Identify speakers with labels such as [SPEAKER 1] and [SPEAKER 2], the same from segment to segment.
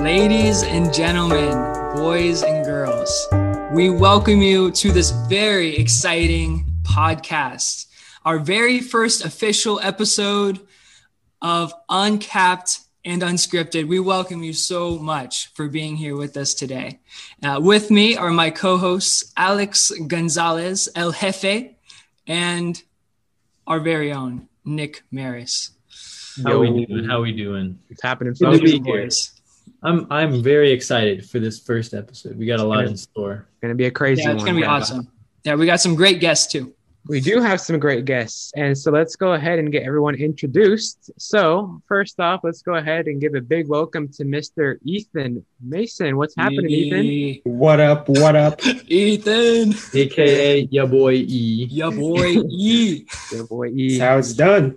[SPEAKER 1] Ladies and gentlemen, boys and girls, we welcome you to this very exciting podcast, our very first official episode of Uncapped and Unscripted. We welcome you so much for being here with us today. Uh, with me are my co hosts, Alex Gonzalez, El Jefe, and our very own Nick Maris.
[SPEAKER 2] How we doing? How we doing?
[SPEAKER 3] It's happening
[SPEAKER 2] Good
[SPEAKER 3] for
[SPEAKER 2] to
[SPEAKER 3] you.
[SPEAKER 2] be here. I'm I'm very excited for this first episode. We got a lot in store.
[SPEAKER 3] It's gonna be a crazy
[SPEAKER 1] Yeah, it's
[SPEAKER 3] one.
[SPEAKER 1] going to be awesome. Yeah, we got some great guests too.
[SPEAKER 3] We do have some great guests, and so let's go ahead and get everyone introduced. So first off, let's go ahead and give a big welcome to Mr. Ethan Mason. What's happening, Ethan?
[SPEAKER 4] What up? What up?
[SPEAKER 1] Ethan,
[SPEAKER 2] AKA ya boy E.
[SPEAKER 1] your boy E.
[SPEAKER 3] Good boy,
[SPEAKER 4] That's
[SPEAKER 3] E.
[SPEAKER 4] how it's done.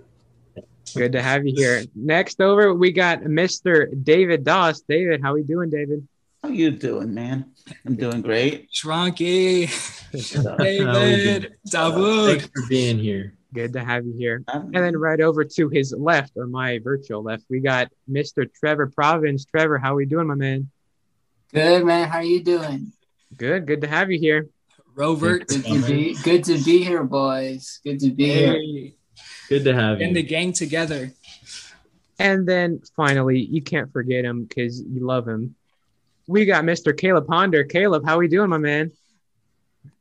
[SPEAKER 3] Good to have you here. Next over, we got Mr. David Doss. David, how we doing, David?
[SPEAKER 5] How you doing, man? I'm doing great.
[SPEAKER 1] Shrunky,
[SPEAKER 2] How we doing?
[SPEAKER 1] David,
[SPEAKER 2] Thanks
[SPEAKER 1] Davud.
[SPEAKER 2] for being here.
[SPEAKER 3] Good to have you here.
[SPEAKER 5] I'm-
[SPEAKER 3] And then right over to his left, or my virtual left, we got Mr. Trevor Providence. Trevor, how we doing, my man?
[SPEAKER 6] Good man, how you doing?
[SPEAKER 3] Good. Good to have you here.
[SPEAKER 1] Robert.
[SPEAKER 6] Good
[SPEAKER 3] E.
[SPEAKER 6] to be good to be here, boys. Good to be here.
[SPEAKER 1] Hey,
[SPEAKER 2] Good to have
[SPEAKER 1] and the
[SPEAKER 2] you.
[SPEAKER 1] gang together.
[SPEAKER 3] And then finally, you can't forget him because you love him. We got Mr. Caleb Ponder. Caleb, how we doing, my man?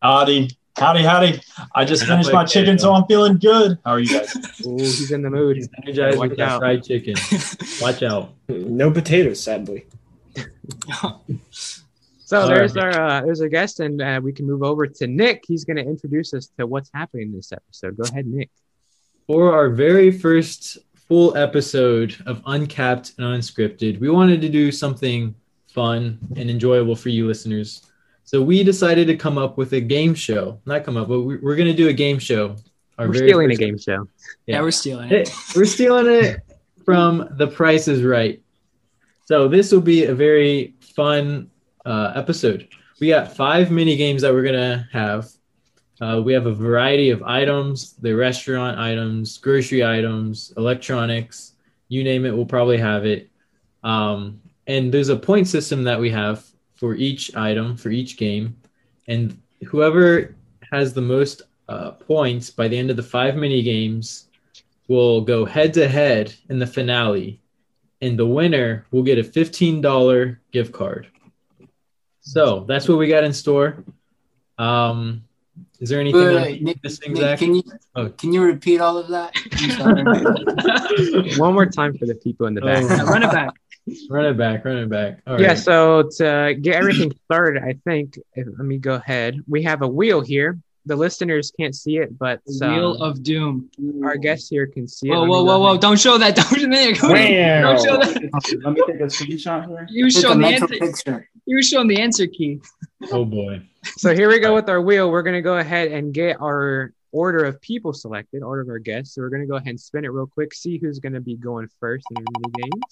[SPEAKER 4] Howdy. Howdy, howdy. I just finished my chicken, so I'm feeling good. How are you guys?
[SPEAKER 3] Ooh, he's in the mood.
[SPEAKER 2] Energized
[SPEAKER 3] Watch
[SPEAKER 2] with that
[SPEAKER 3] out.
[SPEAKER 2] fried chicken. Watch out.
[SPEAKER 4] No potatoes, sadly.
[SPEAKER 3] So
[SPEAKER 2] All
[SPEAKER 3] there's
[SPEAKER 2] right.
[SPEAKER 3] our uh, there's our guest, and uh, we can move over to Nick. He's going to introduce us to what's happening this episode. Go ahead, Nick.
[SPEAKER 2] For our very first full episode of Uncapped and Unscripted, we wanted to do something fun and enjoyable for you listeners. So we decided to come up with a game show. Not come up, but we- we're going to do a game show. Our
[SPEAKER 3] We're
[SPEAKER 2] very
[SPEAKER 3] stealing a
[SPEAKER 2] first-
[SPEAKER 3] game show.
[SPEAKER 1] Yeah,
[SPEAKER 2] Yeah.
[SPEAKER 1] we're stealing
[SPEAKER 2] Hey,
[SPEAKER 1] it.
[SPEAKER 2] we're stealing it from The Price is Right. So this will be a very fun uh, episode. We got five mini games that we're gonna have. Uh, we have a variety of items: the restaurant items, grocery items, electronics. You name it, we'll probably have it. Um, and there's a point system that we have for each item for each game, and whoever has the most uh, points by the end of the five mini games will go head to head in the finale, and the winner will get a $15 gift card. So that's what we got in store. Um, is there anything
[SPEAKER 6] Wait, wait,
[SPEAKER 2] I'm
[SPEAKER 6] wait, Nick,
[SPEAKER 2] missing,
[SPEAKER 6] Nick,
[SPEAKER 2] Zach?
[SPEAKER 6] can you
[SPEAKER 2] Oh.
[SPEAKER 6] can you repeat all of that? I'm sorry.
[SPEAKER 3] One more time for the people in the back.
[SPEAKER 1] Yeah, run it back.
[SPEAKER 2] run it back, run it back. All right.
[SPEAKER 3] Yeah, so to get everything started, I think, if, let me go ahead. We have a wheel here. The listeners can't see it, but uh,
[SPEAKER 1] Wheel of Doom.
[SPEAKER 3] our guests here can see it.
[SPEAKER 1] Whoa,
[SPEAKER 3] Let me
[SPEAKER 1] whoa,
[SPEAKER 3] go
[SPEAKER 1] whoa,
[SPEAKER 3] ahead.
[SPEAKER 1] whoa! Don't show that. Don't, Nick,
[SPEAKER 4] Wow.
[SPEAKER 1] don't show that.
[SPEAKER 5] Let me take a screenshot here.
[SPEAKER 1] You
[SPEAKER 6] It's
[SPEAKER 1] show
[SPEAKER 6] a
[SPEAKER 1] the
[SPEAKER 6] mental
[SPEAKER 1] answer.
[SPEAKER 6] picture.
[SPEAKER 1] You show the answer key.
[SPEAKER 2] Oh boy.
[SPEAKER 3] So here we go with our wheel. We're gonna go ahead and get our order of people selected, order of our guests. So we're gonna go ahead and spin it real quick, see who's gonna be going first in the mini games.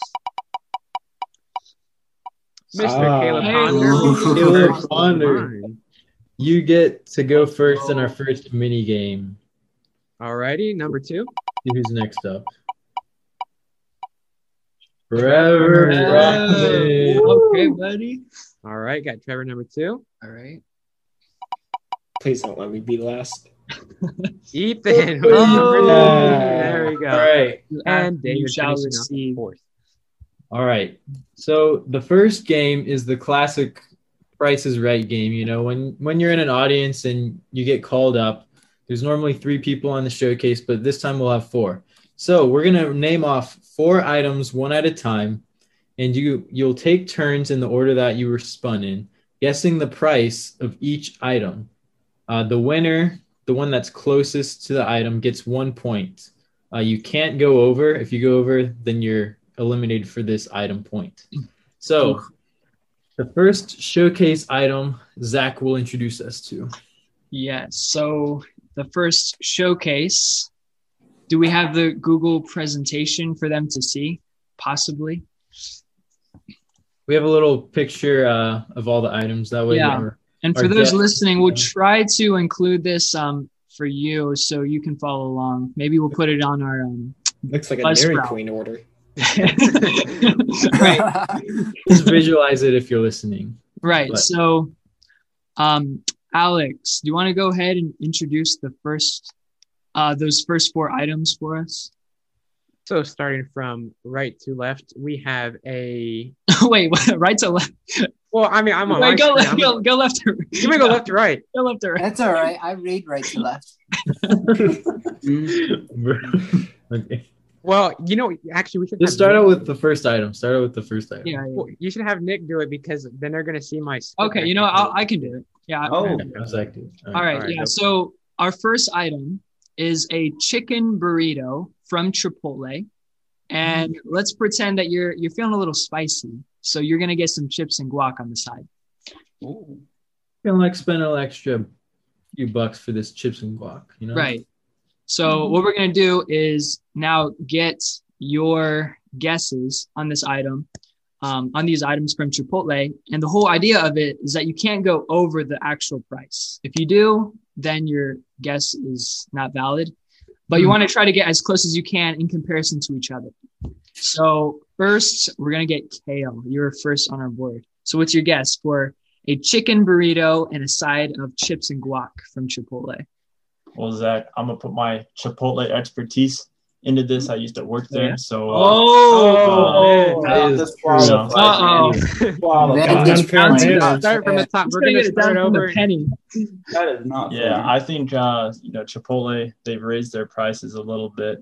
[SPEAKER 3] Mr.
[SPEAKER 4] Ah.
[SPEAKER 3] Caleb
[SPEAKER 1] Hey,
[SPEAKER 3] Ponder.
[SPEAKER 6] Caleb
[SPEAKER 3] who's first in
[SPEAKER 2] Ponder.
[SPEAKER 3] line.
[SPEAKER 2] You get to go first in our first mini game.
[SPEAKER 3] Alrighty, number two.
[SPEAKER 2] See who's next up. Forever.
[SPEAKER 1] Yeah.
[SPEAKER 2] Rockman.
[SPEAKER 1] Oh, Okay, buddy.
[SPEAKER 3] All right, got Trevor number two.
[SPEAKER 1] All right.
[SPEAKER 4] Please don't let me be last.
[SPEAKER 3] Ethan. who's
[SPEAKER 2] Oh.
[SPEAKER 3] number three.
[SPEAKER 4] Yeah.
[SPEAKER 3] There we go.
[SPEAKER 2] All right.
[SPEAKER 3] And David
[SPEAKER 1] you shall
[SPEAKER 3] finishing off the
[SPEAKER 1] receive.
[SPEAKER 3] fourth.
[SPEAKER 2] All right. So the first game is the classic Price is Right game. You know, when when you're in an audience and you get called up, there's normally three people on the showcase, but this time we'll have four. So we're gonna name off four items one at a time, and you you'll take turns in the order that you were spun in, guessing the price of each item. Uh, the winner, the one that's closest to the item, gets one point. Uh, you can't go over. If you go over, then you're eliminated for this item point. So, the first showcase item Zach will introduce us to.
[SPEAKER 1] Yeah. So the first showcase. Do we have the Google presentation for them to see? Possibly.
[SPEAKER 2] We have a little picture uh, of all the items. That way,
[SPEAKER 1] Yeah.
[SPEAKER 2] we're-
[SPEAKER 1] And
[SPEAKER 2] Or
[SPEAKER 1] for those
[SPEAKER 2] guess.
[SPEAKER 1] listening, we'll try to include this um, for you so you can follow along. Maybe we'll put it on our um,
[SPEAKER 4] Looks like a
[SPEAKER 1] Buzzsprout.
[SPEAKER 4] Dairy Queen order.
[SPEAKER 1] right.
[SPEAKER 2] Just visualize it if you're listening.
[SPEAKER 1] Right.
[SPEAKER 2] But-
[SPEAKER 1] so, um, Alex, do you want to go ahead and introduce the first, uh, those first four items for us?
[SPEAKER 3] So starting from right to left, we have a.
[SPEAKER 1] Wait, what, right to left.
[SPEAKER 3] Well, I mean, I'm on. my
[SPEAKER 1] Wait, go,
[SPEAKER 3] screen. I'm-
[SPEAKER 1] go, go left to
[SPEAKER 3] You may go left to right.
[SPEAKER 1] Go left to right.
[SPEAKER 6] That's all right. I read right to left.
[SPEAKER 5] Mm.
[SPEAKER 2] okay.
[SPEAKER 3] Well, you know, actually, we should
[SPEAKER 2] Just
[SPEAKER 3] have
[SPEAKER 2] start
[SPEAKER 3] Nick-
[SPEAKER 2] out with the first item. Start out with the first item.
[SPEAKER 1] Yeah. yeah.
[SPEAKER 3] Well, you should have Nick do it because then they're gonna see my. script.
[SPEAKER 1] Okay. You know, I'll, I can do it. Yeah.
[SPEAKER 5] Oh,
[SPEAKER 2] I was active. All
[SPEAKER 1] All right.
[SPEAKER 3] Alright,
[SPEAKER 1] yeah.
[SPEAKER 3] go.
[SPEAKER 1] So our first item is a chicken burrito from Chipotle, and let's pretend that you're you're feeling a little spicy, so you're gonna get some chips and guac on the side.
[SPEAKER 5] Ooh.
[SPEAKER 2] Feeling like spending an extra few bucks for this chips and guac, you know?
[SPEAKER 1] Right. So what we're gonna do is now get your guesses on this item, um, on these items from Chipotle, and the whole idea of it is that you can't go over the actual price. If you do, then your guess is not valid. But you
[SPEAKER 3] Hmm.
[SPEAKER 1] want to try to get as close as you can in comparison to each other. So first, we're gonna get kale. You're first on our board. So what's your guess for a chicken burrito and a side of chips and guac from Chipotle?
[SPEAKER 4] Well, Zach, I'm gonna put my Chipotle expertise into this. I used to work there,
[SPEAKER 1] Yeah.
[SPEAKER 4] so uh,
[SPEAKER 1] Oh,
[SPEAKER 5] Oh,
[SPEAKER 2] That
[SPEAKER 5] no,
[SPEAKER 2] is
[SPEAKER 5] this
[SPEAKER 2] true.
[SPEAKER 5] qualifies.
[SPEAKER 7] Oh,
[SPEAKER 1] Uh-oh.
[SPEAKER 4] Swallow,
[SPEAKER 6] That
[SPEAKER 4] guys.
[SPEAKER 6] is-
[SPEAKER 1] It's down to
[SPEAKER 3] Let's
[SPEAKER 1] the-
[SPEAKER 3] Start from the top.
[SPEAKER 1] it's
[SPEAKER 3] We're
[SPEAKER 1] gonna
[SPEAKER 3] gonna
[SPEAKER 1] get it down
[SPEAKER 3] start
[SPEAKER 1] to the
[SPEAKER 3] over.
[SPEAKER 1] penny.
[SPEAKER 5] That is not.
[SPEAKER 4] Yeah,
[SPEAKER 5] fair.
[SPEAKER 4] I think uh, you know Chipotle. They've raised their prices a little bit.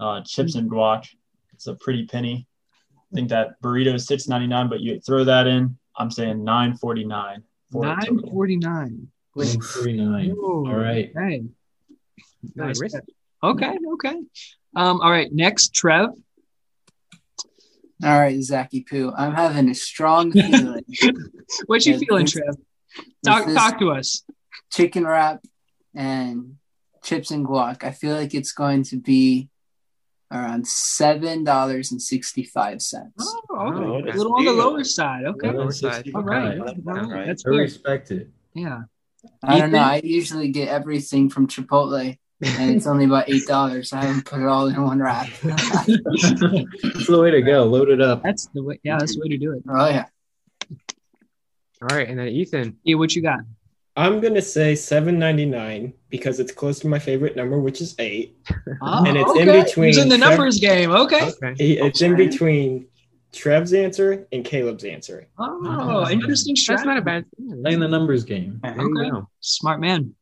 [SPEAKER 4] Uh, chips and guac. It's a pretty penny. I think that burrito is six ninety nine, but you throw that in. I'm saying nine forty nine.
[SPEAKER 1] Nine forty nine.
[SPEAKER 2] $1.49. All right.
[SPEAKER 1] Okay.
[SPEAKER 3] Really
[SPEAKER 1] Nice.
[SPEAKER 3] risky.
[SPEAKER 1] Okay. Okay. Um, all right. Next, Trev.
[SPEAKER 6] All right, Zachy Poo. I'm having a strong feeling.
[SPEAKER 1] What you
[SPEAKER 6] Yeah,
[SPEAKER 1] feeling,
[SPEAKER 6] this-
[SPEAKER 1] Trev? Talk
[SPEAKER 6] this-
[SPEAKER 1] talk to us.
[SPEAKER 6] Chicken wrap and chips and guac. I feel like it's going to be around seven dollars and sixty-five cents.
[SPEAKER 1] Oh, okay.
[SPEAKER 5] Oh,
[SPEAKER 1] a little on the
[SPEAKER 5] that's
[SPEAKER 1] lower side. Okay.
[SPEAKER 3] Yeah.
[SPEAKER 1] All right. All right. That's
[SPEAKER 2] I
[SPEAKER 1] fair.
[SPEAKER 2] respect it.
[SPEAKER 1] Yeah.
[SPEAKER 6] I don't know.
[SPEAKER 1] Ethan?
[SPEAKER 6] I usually get everything from Chipotle, and it's only about eight dollars. I haven't put it all in one wrap. oh
[SPEAKER 2] That's the way to go. Load it up.
[SPEAKER 1] That's the way. Yeah, that's the way to do it.
[SPEAKER 6] Oh, yeah,
[SPEAKER 3] All right, and then Ethan.
[SPEAKER 1] Yeah, what you got?
[SPEAKER 7] I'm gonna say 7.99 because it's close to my favorite number, which is eight.
[SPEAKER 1] Oh,
[SPEAKER 7] And it's
[SPEAKER 1] okay.
[SPEAKER 7] in between
[SPEAKER 1] He's in the
[SPEAKER 7] Trev-
[SPEAKER 1] numbers game. Okay.
[SPEAKER 3] Okay.
[SPEAKER 7] It's in
[SPEAKER 6] Okay.
[SPEAKER 7] between Trev's answer and Caleb's answer.
[SPEAKER 1] Oh, interesting
[SPEAKER 3] That's
[SPEAKER 1] strategy.
[SPEAKER 3] not a bad. yeah,
[SPEAKER 2] Playing the numbers game.
[SPEAKER 3] There you
[SPEAKER 1] Okay.
[SPEAKER 3] go.
[SPEAKER 1] Smart man.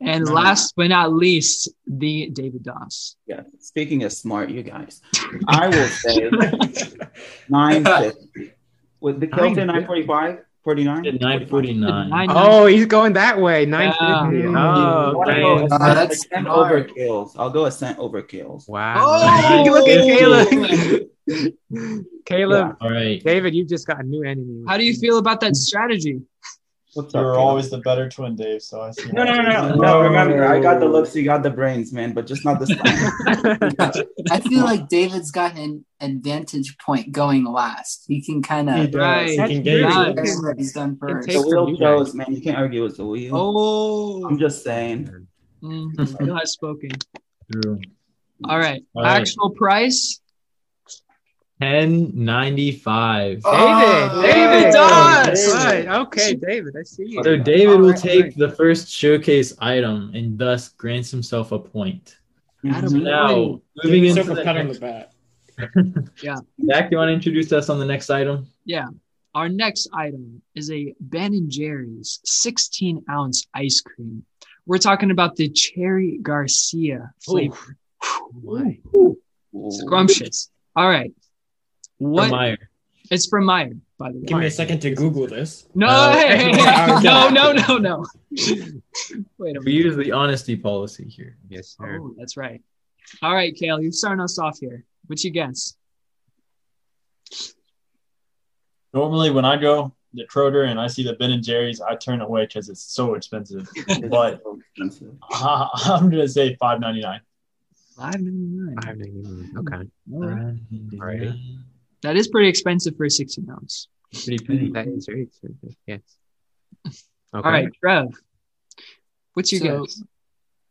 [SPEAKER 1] And
[SPEAKER 5] No.
[SPEAKER 1] last but not least, the David Doss.
[SPEAKER 5] Yeah. Speaking of smart, you guys, I will say nine fifty. Was the kill
[SPEAKER 3] Nine
[SPEAKER 5] nine forty five? Forty nine.
[SPEAKER 2] Nine forty nine.
[SPEAKER 1] Nine-
[SPEAKER 3] Oh, he's going that way. Nine. fifty.
[SPEAKER 2] Yeah.
[SPEAKER 3] Oh, dang.
[SPEAKER 6] Oh, that's
[SPEAKER 5] Uh, cent
[SPEAKER 6] smart.
[SPEAKER 5] overkills. I'll go a cent overkills.
[SPEAKER 2] Ah.
[SPEAKER 3] Wow.
[SPEAKER 1] Oh!
[SPEAKER 3] look at Caleb. Caleb,
[SPEAKER 2] All right.
[SPEAKER 3] David, you just got a new enemy.
[SPEAKER 1] How do you feel about that strategy?
[SPEAKER 5] What's
[SPEAKER 4] You're
[SPEAKER 5] Caleb?
[SPEAKER 4] always the better twin, Dave. So I see.
[SPEAKER 5] No, no, no, no, no. Remember, I got the looks, you got the brains, man. But just not this time.
[SPEAKER 6] I feel like David's got an advantage point going last. He can kind
[SPEAKER 7] He
[SPEAKER 6] of.
[SPEAKER 7] does.
[SPEAKER 1] Right.
[SPEAKER 7] He
[SPEAKER 1] That's
[SPEAKER 7] can get
[SPEAKER 1] really
[SPEAKER 7] it.
[SPEAKER 6] what he's done first.
[SPEAKER 5] the
[SPEAKER 3] Take from
[SPEAKER 5] wheel
[SPEAKER 3] you
[SPEAKER 5] chose, man. You can't argue with the wheel.
[SPEAKER 1] Oh,
[SPEAKER 5] I'm just saying.
[SPEAKER 1] Mm, you have spoken.
[SPEAKER 2] Through.
[SPEAKER 1] All right.
[SPEAKER 2] All right.
[SPEAKER 1] Actual price.
[SPEAKER 2] Ten ninety five.
[SPEAKER 3] David,
[SPEAKER 1] David
[SPEAKER 3] does.
[SPEAKER 1] Doss!
[SPEAKER 3] Right. Okay, David, I see you.
[SPEAKER 2] So David
[SPEAKER 1] All
[SPEAKER 2] will
[SPEAKER 1] right,
[SPEAKER 2] take
[SPEAKER 1] all right.
[SPEAKER 2] the first showcase item and thus grants himself a point.
[SPEAKER 1] Adam,
[SPEAKER 2] So
[SPEAKER 1] Mhm.
[SPEAKER 2] now
[SPEAKER 7] Give
[SPEAKER 2] moving into
[SPEAKER 7] yourself a
[SPEAKER 2] the
[SPEAKER 7] pat on the
[SPEAKER 2] next,
[SPEAKER 7] back.
[SPEAKER 2] Zach, do you want to introduce us on the next item?
[SPEAKER 1] Our next item is a Ben and Jerry's 16 ounce ice cream. We're talking about the cherry Garcia flavor.
[SPEAKER 3] Why?
[SPEAKER 1] Scrumptious. All right. What?
[SPEAKER 2] From Meyer.
[SPEAKER 1] It's from Meyer, by the way.
[SPEAKER 7] Give me a second to Google this.
[SPEAKER 1] No,
[SPEAKER 2] Uh,
[SPEAKER 1] hey, hey, hey. no, no, no, no. Wait a
[SPEAKER 2] We
[SPEAKER 1] minute.
[SPEAKER 2] use the honesty policy here.
[SPEAKER 3] Yes, sir.
[SPEAKER 1] Oh, that's right. All right, Kale, you're starting us off here. What you guess?
[SPEAKER 4] Normally, when I go to Kroger and I see the Ben and Jerry's, I turn away because it's so expensive. But I, I'm gonna say five ninety nine.
[SPEAKER 1] Five ninety
[SPEAKER 3] Five ninety nine. Okay.
[SPEAKER 1] nine.
[SPEAKER 2] Alrighty.
[SPEAKER 1] That is pretty expensive for a sixteen ounce.
[SPEAKER 2] Pretty penny.
[SPEAKER 3] That is very expensive. Yes. Okay.
[SPEAKER 1] All right, Trev. What's your
[SPEAKER 6] So-
[SPEAKER 1] guess?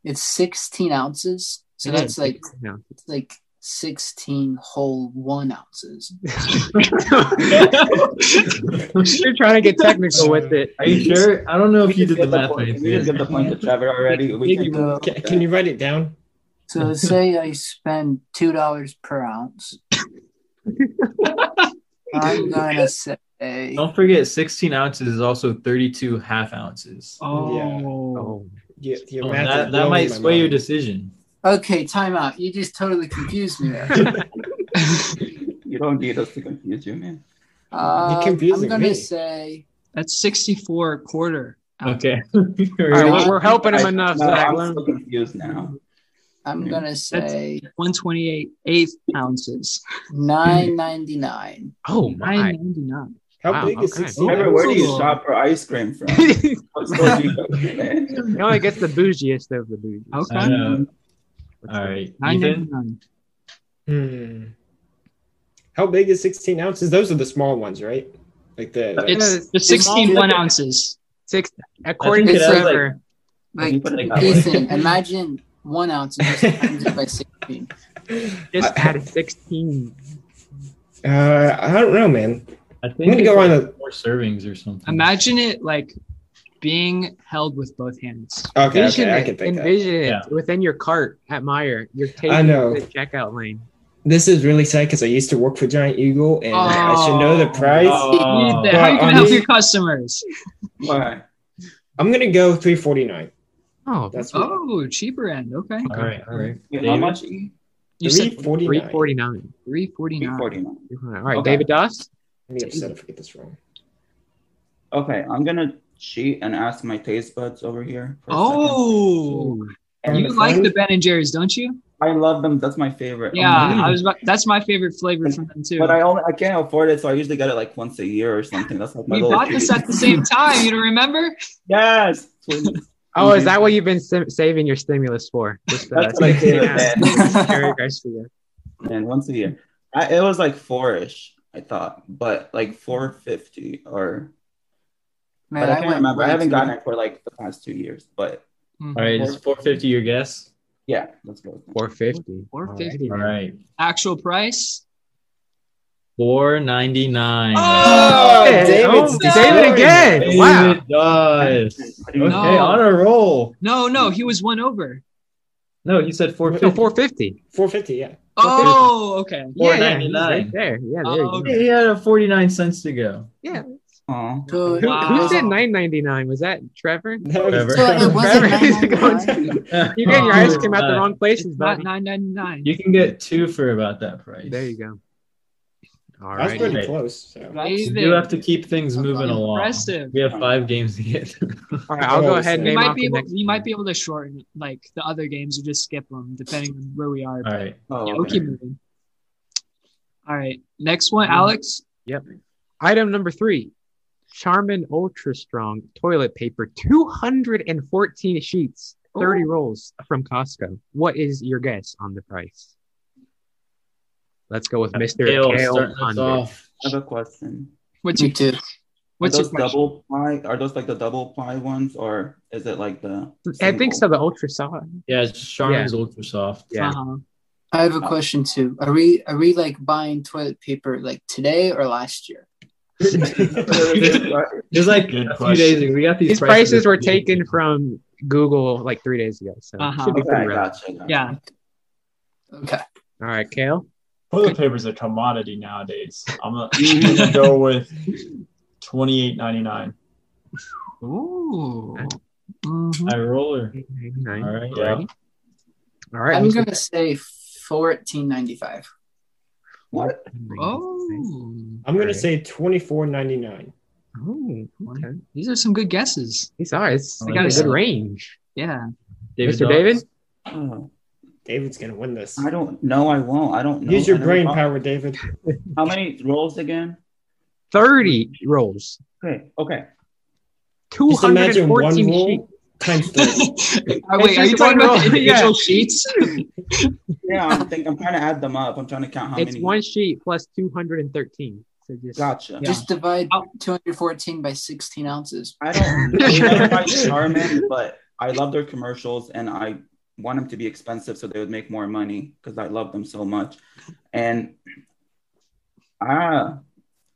[SPEAKER 6] It's sixteen ounces, so
[SPEAKER 3] It
[SPEAKER 6] that's
[SPEAKER 3] is.
[SPEAKER 6] like
[SPEAKER 3] No.
[SPEAKER 6] it's like 16 whole one ounces.
[SPEAKER 3] You're trying to get technical with it.
[SPEAKER 2] Are you sure? I don't know if you
[SPEAKER 5] just
[SPEAKER 2] did the
[SPEAKER 5] get
[SPEAKER 2] math
[SPEAKER 5] point.
[SPEAKER 2] right.
[SPEAKER 5] We just
[SPEAKER 2] there.
[SPEAKER 5] get the point to Trevor already. We
[SPEAKER 7] Maybe-
[SPEAKER 5] can go.
[SPEAKER 7] Ca- Can, you write it down?
[SPEAKER 6] So say I spend two dollars per ounce. I'm gonna say
[SPEAKER 2] Don't forget, 16 ounces is also 32 half ounces.
[SPEAKER 1] Oh,
[SPEAKER 7] Your, your
[SPEAKER 2] Oh,
[SPEAKER 7] math is
[SPEAKER 2] that that
[SPEAKER 7] blowing
[SPEAKER 2] might
[SPEAKER 7] my
[SPEAKER 2] sway your
[SPEAKER 7] mind.
[SPEAKER 2] decision.
[SPEAKER 6] Okay, time out. You just totally confused me there.
[SPEAKER 5] You don't need us to confuse you, man.
[SPEAKER 6] Um, I'm
[SPEAKER 7] confusing
[SPEAKER 6] gonna
[SPEAKER 7] me.
[SPEAKER 6] say
[SPEAKER 1] that's 64 quarter. ounce.
[SPEAKER 2] Okay.
[SPEAKER 3] All right,
[SPEAKER 2] Really?
[SPEAKER 3] we're, we're helping him
[SPEAKER 5] I-
[SPEAKER 3] enough,
[SPEAKER 5] no,
[SPEAKER 3] Zach.
[SPEAKER 5] I'm so confused now.
[SPEAKER 6] I'm
[SPEAKER 5] Yeah.
[SPEAKER 6] gonna say
[SPEAKER 1] 128 eighth ounces.
[SPEAKER 6] nine ninety nine.
[SPEAKER 3] Oh
[SPEAKER 1] 999.
[SPEAKER 7] How
[SPEAKER 3] Wow,
[SPEAKER 7] big is
[SPEAKER 3] okay.
[SPEAKER 7] 16?
[SPEAKER 5] Trevor, where do you
[SPEAKER 1] Ooh.
[SPEAKER 5] shop for ice cream from?
[SPEAKER 3] he
[SPEAKER 5] What store do you go to, man?
[SPEAKER 3] only gets the bougiest of the bougies.
[SPEAKER 1] Okay.
[SPEAKER 2] I know. All right. Ethan,
[SPEAKER 1] 999.
[SPEAKER 7] Hmm. How big is 16 ounces? Those are the small ones, right? Like the. the-
[SPEAKER 1] It's the 16 one ounces.
[SPEAKER 3] Six, according to
[SPEAKER 6] it has, like-
[SPEAKER 3] Trevor.
[SPEAKER 6] Like
[SPEAKER 5] Put it that way.
[SPEAKER 6] Ethan, imagine one ounce and just times it by sixteen.
[SPEAKER 3] just add 16.
[SPEAKER 7] uh, I don't know, man.
[SPEAKER 2] I
[SPEAKER 7] I'm
[SPEAKER 2] think
[SPEAKER 7] going to go on
[SPEAKER 2] it's
[SPEAKER 7] a.
[SPEAKER 2] like four servings or something.
[SPEAKER 1] Imagine it like being held with both hands.
[SPEAKER 7] Okay,
[SPEAKER 3] Envision
[SPEAKER 7] okay, I
[SPEAKER 3] it,
[SPEAKER 7] can think that.
[SPEAKER 3] envision it
[SPEAKER 2] Yeah.
[SPEAKER 3] within your cart at Meyer. You're taking
[SPEAKER 7] I know.
[SPEAKER 3] the checkout lane.
[SPEAKER 7] This is really sad because I used to work for Giant Eagle and I should know the price.
[SPEAKER 1] How
[SPEAKER 2] Oh.
[SPEAKER 1] you gonna
[SPEAKER 7] Well,
[SPEAKER 1] help
[SPEAKER 7] on
[SPEAKER 1] your customers?
[SPEAKER 5] Why?
[SPEAKER 7] I'm going to go 349
[SPEAKER 3] Oh,
[SPEAKER 7] That's what.
[SPEAKER 1] Oh, cheaper end. Okay.
[SPEAKER 2] All right. All right.
[SPEAKER 5] Wait, How
[SPEAKER 2] David?
[SPEAKER 5] much? E?
[SPEAKER 1] You said
[SPEAKER 7] 349.
[SPEAKER 3] 349.
[SPEAKER 1] 349.
[SPEAKER 5] 349.
[SPEAKER 3] All right,
[SPEAKER 5] Okay.
[SPEAKER 3] David Doss.
[SPEAKER 7] I'm gonna be upset if I get this wrong.
[SPEAKER 5] Okay, I'm gonna cheat and ask my taste buds over here. For a second.
[SPEAKER 1] Oh,
[SPEAKER 5] And
[SPEAKER 1] you like the Ben and Jerry's, don't you?
[SPEAKER 5] I love them. That's my favorite.
[SPEAKER 1] Yeah,
[SPEAKER 5] Oh,
[SPEAKER 1] I was. About, that's my favorite flavor from them too.
[SPEAKER 5] But I only I can't afford it, so I usually get it like once a year or something. That's like my
[SPEAKER 1] we
[SPEAKER 5] little.
[SPEAKER 1] bought this
[SPEAKER 5] treat.
[SPEAKER 1] at the same time. You don't remember?
[SPEAKER 5] yes. That's
[SPEAKER 3] Oh, is
[SPEAKER 5] Mhm.
[SPEAKER 3] that what you've been sim- saving your stimulus for? Just, uh,
[SPEAKER 5] what I did. Man.
[SPEAKER 3] Jerry Garcia.
[SPEAKER 5] Man, once a year. I, it was like four ish, I thought, but like four fifty or.
[SPEAKER 6] Man,
[SPEAKER 5] but I can't
[SPEAKER 6] went
[SPEAKER 5] remember. I
[SPEAKER 6] way
[SPEAKER 5] haven't
[SPEAKER 6] too
[SPEAKER 5] gotten
[SPEAKER 6] much.
[SPEAKER 5] it for like the past two years, but
[SPEAKER 2] All right. Is 450 your guess?
[SPEAKER 5] yeah, let's go.
[SPEAKER 3] 450.
[SPEAKER 1] 450.
[SPEAKER 2] All right.
[SPEAKER 1] Actual price.
[SPEAKER 2] 499.
[SPEAKER 1] Oh,
[SPEAKER 3] Hey,
[SPEAKER 1] David's
[SPEAKER 3] oh,
[SPEAKER 1] scoring.
[SPEAKER 3] David again. Wow.
[SPEAKER 2] David does. Okay,
[SPEAKER 5] No.
[SPEAKER 2] on a roll.
[SPEAKER 1] No, no, he was one over.
[SPEAKER 2] No, you said
[SPEAKER 3] No,
[SPEAKER 2] 450.
[SPEAKER 3] 450.
[SPEAKER 7] 450, yeah.
[SPEAKER 1] Oh, okay.
[SPEAKER 3] Yeah, yeah, he's
[SPEAKER 2] 499.
[SPEAKER 3] right there. Yeah, there you
[SPEAKER 1] Oh,
[SPEAKER 3] go.
[SPEAKER 1] okay.
[SPEAKER 2] He had a 49 cents to go.
[SPEAKER 3] Yeah.
[SPEAKER 5] Aw.
[SPEAKER 6] So,
[SPEAKER 3] Who,
[SPEAKER 1] Wow.
[SPEAKER 3] who said 999? Was that Trevor?
[SPEAKER 7] That was-
[SPEAKER 2] Trevor.
[SPEAKER 6] so it
[SPEAKER 3] Trevor
[SPEAKER 6] wasn't
[SPEAKER 3] used to go
[SPEAKER 6] 999.
[SPEAKER 3] into- You get your ice cream at the
[SPEAKER 2] Uh,
[SPEAKER 3] wrong
[SPEAKER 1] It's
[SPEAKER 3] places,
[SPEAKER 1] not
[SPEAKER 3] buddy.
[SPEAKER 1] 999.
[SPEAKER 2] You can get two for about that price.
[SPEAKER 3] There you go. All
[SPEAKER 7] That's
[SPEAKER 3] right.
[SPEAKER 7] pretty
[SPEAKER 2] Alrighty.
[SPEAKER 7] close. So.
[SPEAKER 2] You
[SPEAKER 1] David,
[SPEAKER 2] do have to keep things moving along.
[SPEAKER 1] impressive.
[SPEAKER 2] We have five games to get. through.
[SPEAKER 3] All right, I'll go ahead and
[SPEAKER 1] We
[SPEAKER 3] name
[SPEAKER 1] might
[SPEAKER 3] off
[SPEAKER 1] be
[SPEAKER 3] the
[SPEAKER 1] able.
[SPEAKER 3] next
[SPEAKER 1] We
[SPEAKER 3] one.
[SPEAKER 1] might be able to shorten like the other games or just skip them depending on where we are.
[SPEAKER 2] All right.
[SPEAKER 5] Oh,
[SPEAKER 1] Yeah, we'll
[SPEAKER 5] okay.
[SPEAKER 1] keep moving. All right, next one,
[SPEAKER 2] Mm-hmm.
[SPEAKER 1] Alex.
[SPEAKER 3] Item number three Charmin Ultra Strong Toilet Paper, 214 sheets, 30 rolls from Costco. What is your guess on the price? Let's go with Mr.
[SPEAKER 2] Kale,
[SPEAKER 3] Kale
[SPEAKER 2] starting us
[SPEAKER 3] Condon.
[SPEAKER 2] off.
[SPEAKER 5] I have a question.
[SPEAKER 1] What's
[SPEAKER 6] Me
[SPEAKER 1] your
[SPEAKER 6] too.
[SPEAKER 1] What's your
[SPEAKER 5] are those
[SPEAKER 1] question?
[SPEAKER 5] double pie? Are those like the double pie ones, or is it like the?
[SPEAKER 3] I think so,
[SPEAKER 5] single?
[SPEAKER 3] the Ultra Soft.
[SPEAKER 2] Yeah, it's Charmin's Ultra Soft.
[SPEAKER 3] Yeah.
[SPEAKER 1] Uh-huh.
[SPEAKER 6] I have a question too. Are we are we like buying toilet paper like today or last year?
[SPEAKER 2] There's like
[SPEAKER 4] Good
[SPEAKER 2] a few
[SPEAKER 4] question.
[SPEAKER 2] days ago. We got these
[SPEAKER 3] These prices were taken from Google like three days ago. So it
[SPEAKER 1] Uh-huh.
[SPEAKER 3] should be
[SPEAKER 5] Okay,
[SPEAKER 3] pretty
[SPEAKER 5] I
[SPEAKER 3] relevant.
[SPEAKER 5] gotcha, gotcha.
[SPEAKER 1] Yeah.
[SPEAKER 6] Okay.
[SPEAKER 3] All right, Kale.
[SPEAKER 4] Toilet paper is a commodity nowadays. I'm gonna, I'm gonna go with twenty eight ninety nine.
[SPEAKER 1] Ooh.
[SPEAKER 3] Okay.
[SPEAKER 1] Mhm.
[SPEAKER 2] I roller. All
[SPEAKER 3] $8.99.
[SPEAKER 2] right.
[SPEAKER 4] Yeah.
[SPEAKER 3] All right.
[SPEAKER 6] I'm
[SPEAKER 3] Mr.
[SPEAKER 6] gonna say fourteen ninety five.
[SPEAKER 5] What?
[SPEAKER 1] Oh.
[SPEAKER 7] I'm going
[SPEAKER 3] Alright.
[SPEAKER 7] to say 24.99.
[SPEAKER 3] Oh, okay.
[SPEAKER 1] These are some good guesses.
[SPEAKER 3] These are. It's
[SPEAKER 2] I
[SPEAKER 3] got
[SPEAKER 1] gotta
[SPEAKER 3] a
[SPEAKER 1] say-
[SPEAKER 3] good range.
[SPEAKER 1] Yeah.
[SPEAKER 3] Mr. David?
[SPEAKER 5] Oh,
[SPEAKER 7] David's going to win this.
[SPEAKER 5] I don't. No, I won't. I don't know.
[SPEAKER 7] Use your
[SPEAKER 5] I never
[SPEAKER 7] brain
[SPEAKER 5] bought-
[SPEAKER 7] power, David.
[SPEAKER 5] How many rolls again?
[SPEAKER 3] 30 rolls.
[SPEAKER 5] Okay. Okay.
[SPEAKER 7] Just imagine
[SPEAKER 3] 214
[SPEAKER 7] one
[SPEAKER 3] sheets.
[SPEAKER 7] roll times 30.
[SPEAKER 1] Uh, wait, are you
[SPEAKER 3] just
[SPEAKER 1] talking about the
[SPEAKER 3] one roll. Yeah.
[SPEAKER 1] individual sheets?
[SPEAKER 5] Yeah, I'm think I'm trying to add them up. I'm trying to count how
[SPEAKER 3] It's
[SPEAKER 5] many.
[SPEAKER 3] one sheet plus 213. So just
[SPEAKER 5] Gotcha.
[SPEAKER 6] Just divide
[SPEAKER 1] Oh.
[SPEAKER 6] two hundred fourteen by sixteen ounces.
[SPEAKER 5] I don't know about Charmin, but I love their commercials, and I want them to be expensive so they would make more money because I love them so much. And I,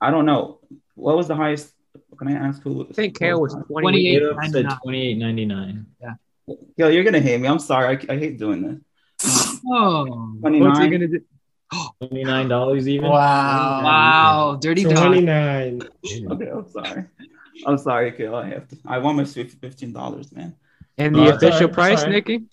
[SPEAKER 5] I don't know. What was the highest? Can I ask who?
[SPEAKER 3] I think Kale was
[SPEAKER 1] 28.
[SPEAKER 3] 28.
[SPEAKER 2] Adolf said 28.99.
[SPEAKER 5] Yo, you're going to hate me. I'm sorry. I, I hate doing this.
[SPEAKER 1] Oh,
[SPEAKER 5] 29.
[SPEAKER 3] What's he gonna do?
[SPEAKER 2] $29 even.
[SPEAKER 6] Wow.
[SPEAKER 1] wow. Dirty dog.
[SPEAKER 7] 29.
[SPEAKER 5] Okay, I'm sorry. I'm sorry, Kale. I have to. I want my sweet fifteen dollars, man.
[SPEAKER 3] And
[SPEAKER 2] Oh,
[SPEAKER 3] the
[SPEAKER 2] it's
[SPEAKER 3] official
[SPEAKER 4] alright,
[SPEAKER 3] price,
[SPEAKER 4] it's alright.
[SPEAKER 3] Nikki?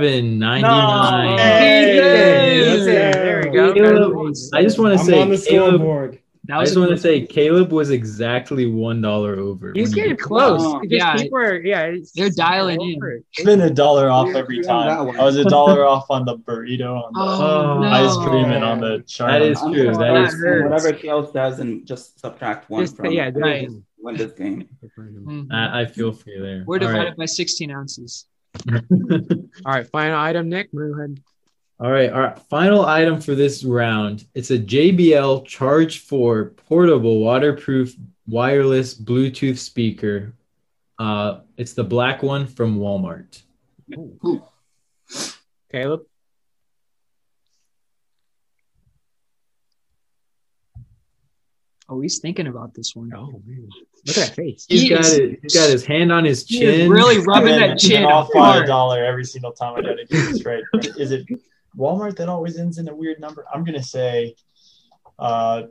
[SPEAKER 5] No,
[SPEAKER 2] $27.99.
[SPEAKER 7] Hey,
[SPEAKER 1] Hey,
[SPEAKER 7] there we
[SPEAKER 3] go.
[SPEAKER 2] Caleb, I just want to
[SPEAKER 7] I'm
[SPEAKER 2] say,
[SPEAKER 7] on the
[SPEAKER 2] Caleb,
[SPEAKER 7] scoreboard.
[SPEAKER 1] That
[SPEAKER 2] I
[SPEAKER 1] was
[SPEAKER 2] just want to say, Caleb was exactly one dollar over.
[SPEAKER 3] He's
[SPEAKER 2] when
[SPEAKER 3] getting
[SPEAKER 2] he-
[SPEAKER 3] close.
[SPEAKER 5] Oh,
[SPEAKER 3] Just
[SPEAKER 1] yeah.
[SPEAKER 3] people are- yeah, it's-
[SPEAKER 1] They're dialing in.
[SPEAKER 3] over it.
[SPEAKER 4] It's been a dollar off every
[SPEAKER 5] You're on that
[SPEAKER 4] time.
[SPEAKER 5] one.
[SPEAKER 4] I was a dollar off on the burrito, on the
[SPEAKER 1] Oh,
[SPEAKER 2] Oh,
[SPEAKER 1] no.
[SPEAKER 4] ice cream, and on the char.
[SPEAKER 2] That is
[SPEAKER 5] I'm
[SPEAKER 2] true.
[SPEAKER 5] sorry.
[SPEAKER 2] That is
[SPEAKER 1] That
[SPEAKER 2] true.
[SPEAKER 1] hurts.
[SPEAKER 5] Whatever Kale says, and just subtract one
[SPEAKER 3] Just-
[SPEAKER 5] from.
[SPEAKER 3] yeah,
[SPEAKER 5] it.
[SPEAKER 1] Right.
[SPEAKER 5] Win this game.
[SPEAKER 1] Mhm.
[SPEAKER 2] I, I feel for you there.
[SPEAKER 1] We're
[SPEAKER 2] All
[SPEAKER 1] divided
[SPEAKER 2] right.
[SPEAKER 1] by 16 ounces.
[SPEAKER 3] All right, final item, Nick. Move ahead.
[SPEAKER 2] All right, our final item for this round. It's a JBL Charge 4 portable waterproof wireless Bluetooth speaker. Uh, it's the black one from Walmart.
[SPEAKER 3] Caleb.
[SPEAKER 1] Oh, he's thinking about this one.
[SPEAKER 3] Oh man, look at that face.
[SPEAKER 1] He
[SPEAKER 2] He's got,
[SPEAKER 1] is-
[SPEAKER 2] his, he's got his hand on his
[SPEAKER 1] He is
[SPEAKER 2] chin.
[SPEAKER 1] really rubbing
[SPEAKER 4] And
[SPEAKER 1] that chin
[SPEAKER 4] off by a
[SPEAKER 1] hard.
[SPEAKER 4] dollar every single time I gotta get this right. Is it Walmart that always ends in a weird number? I'm gonna say uh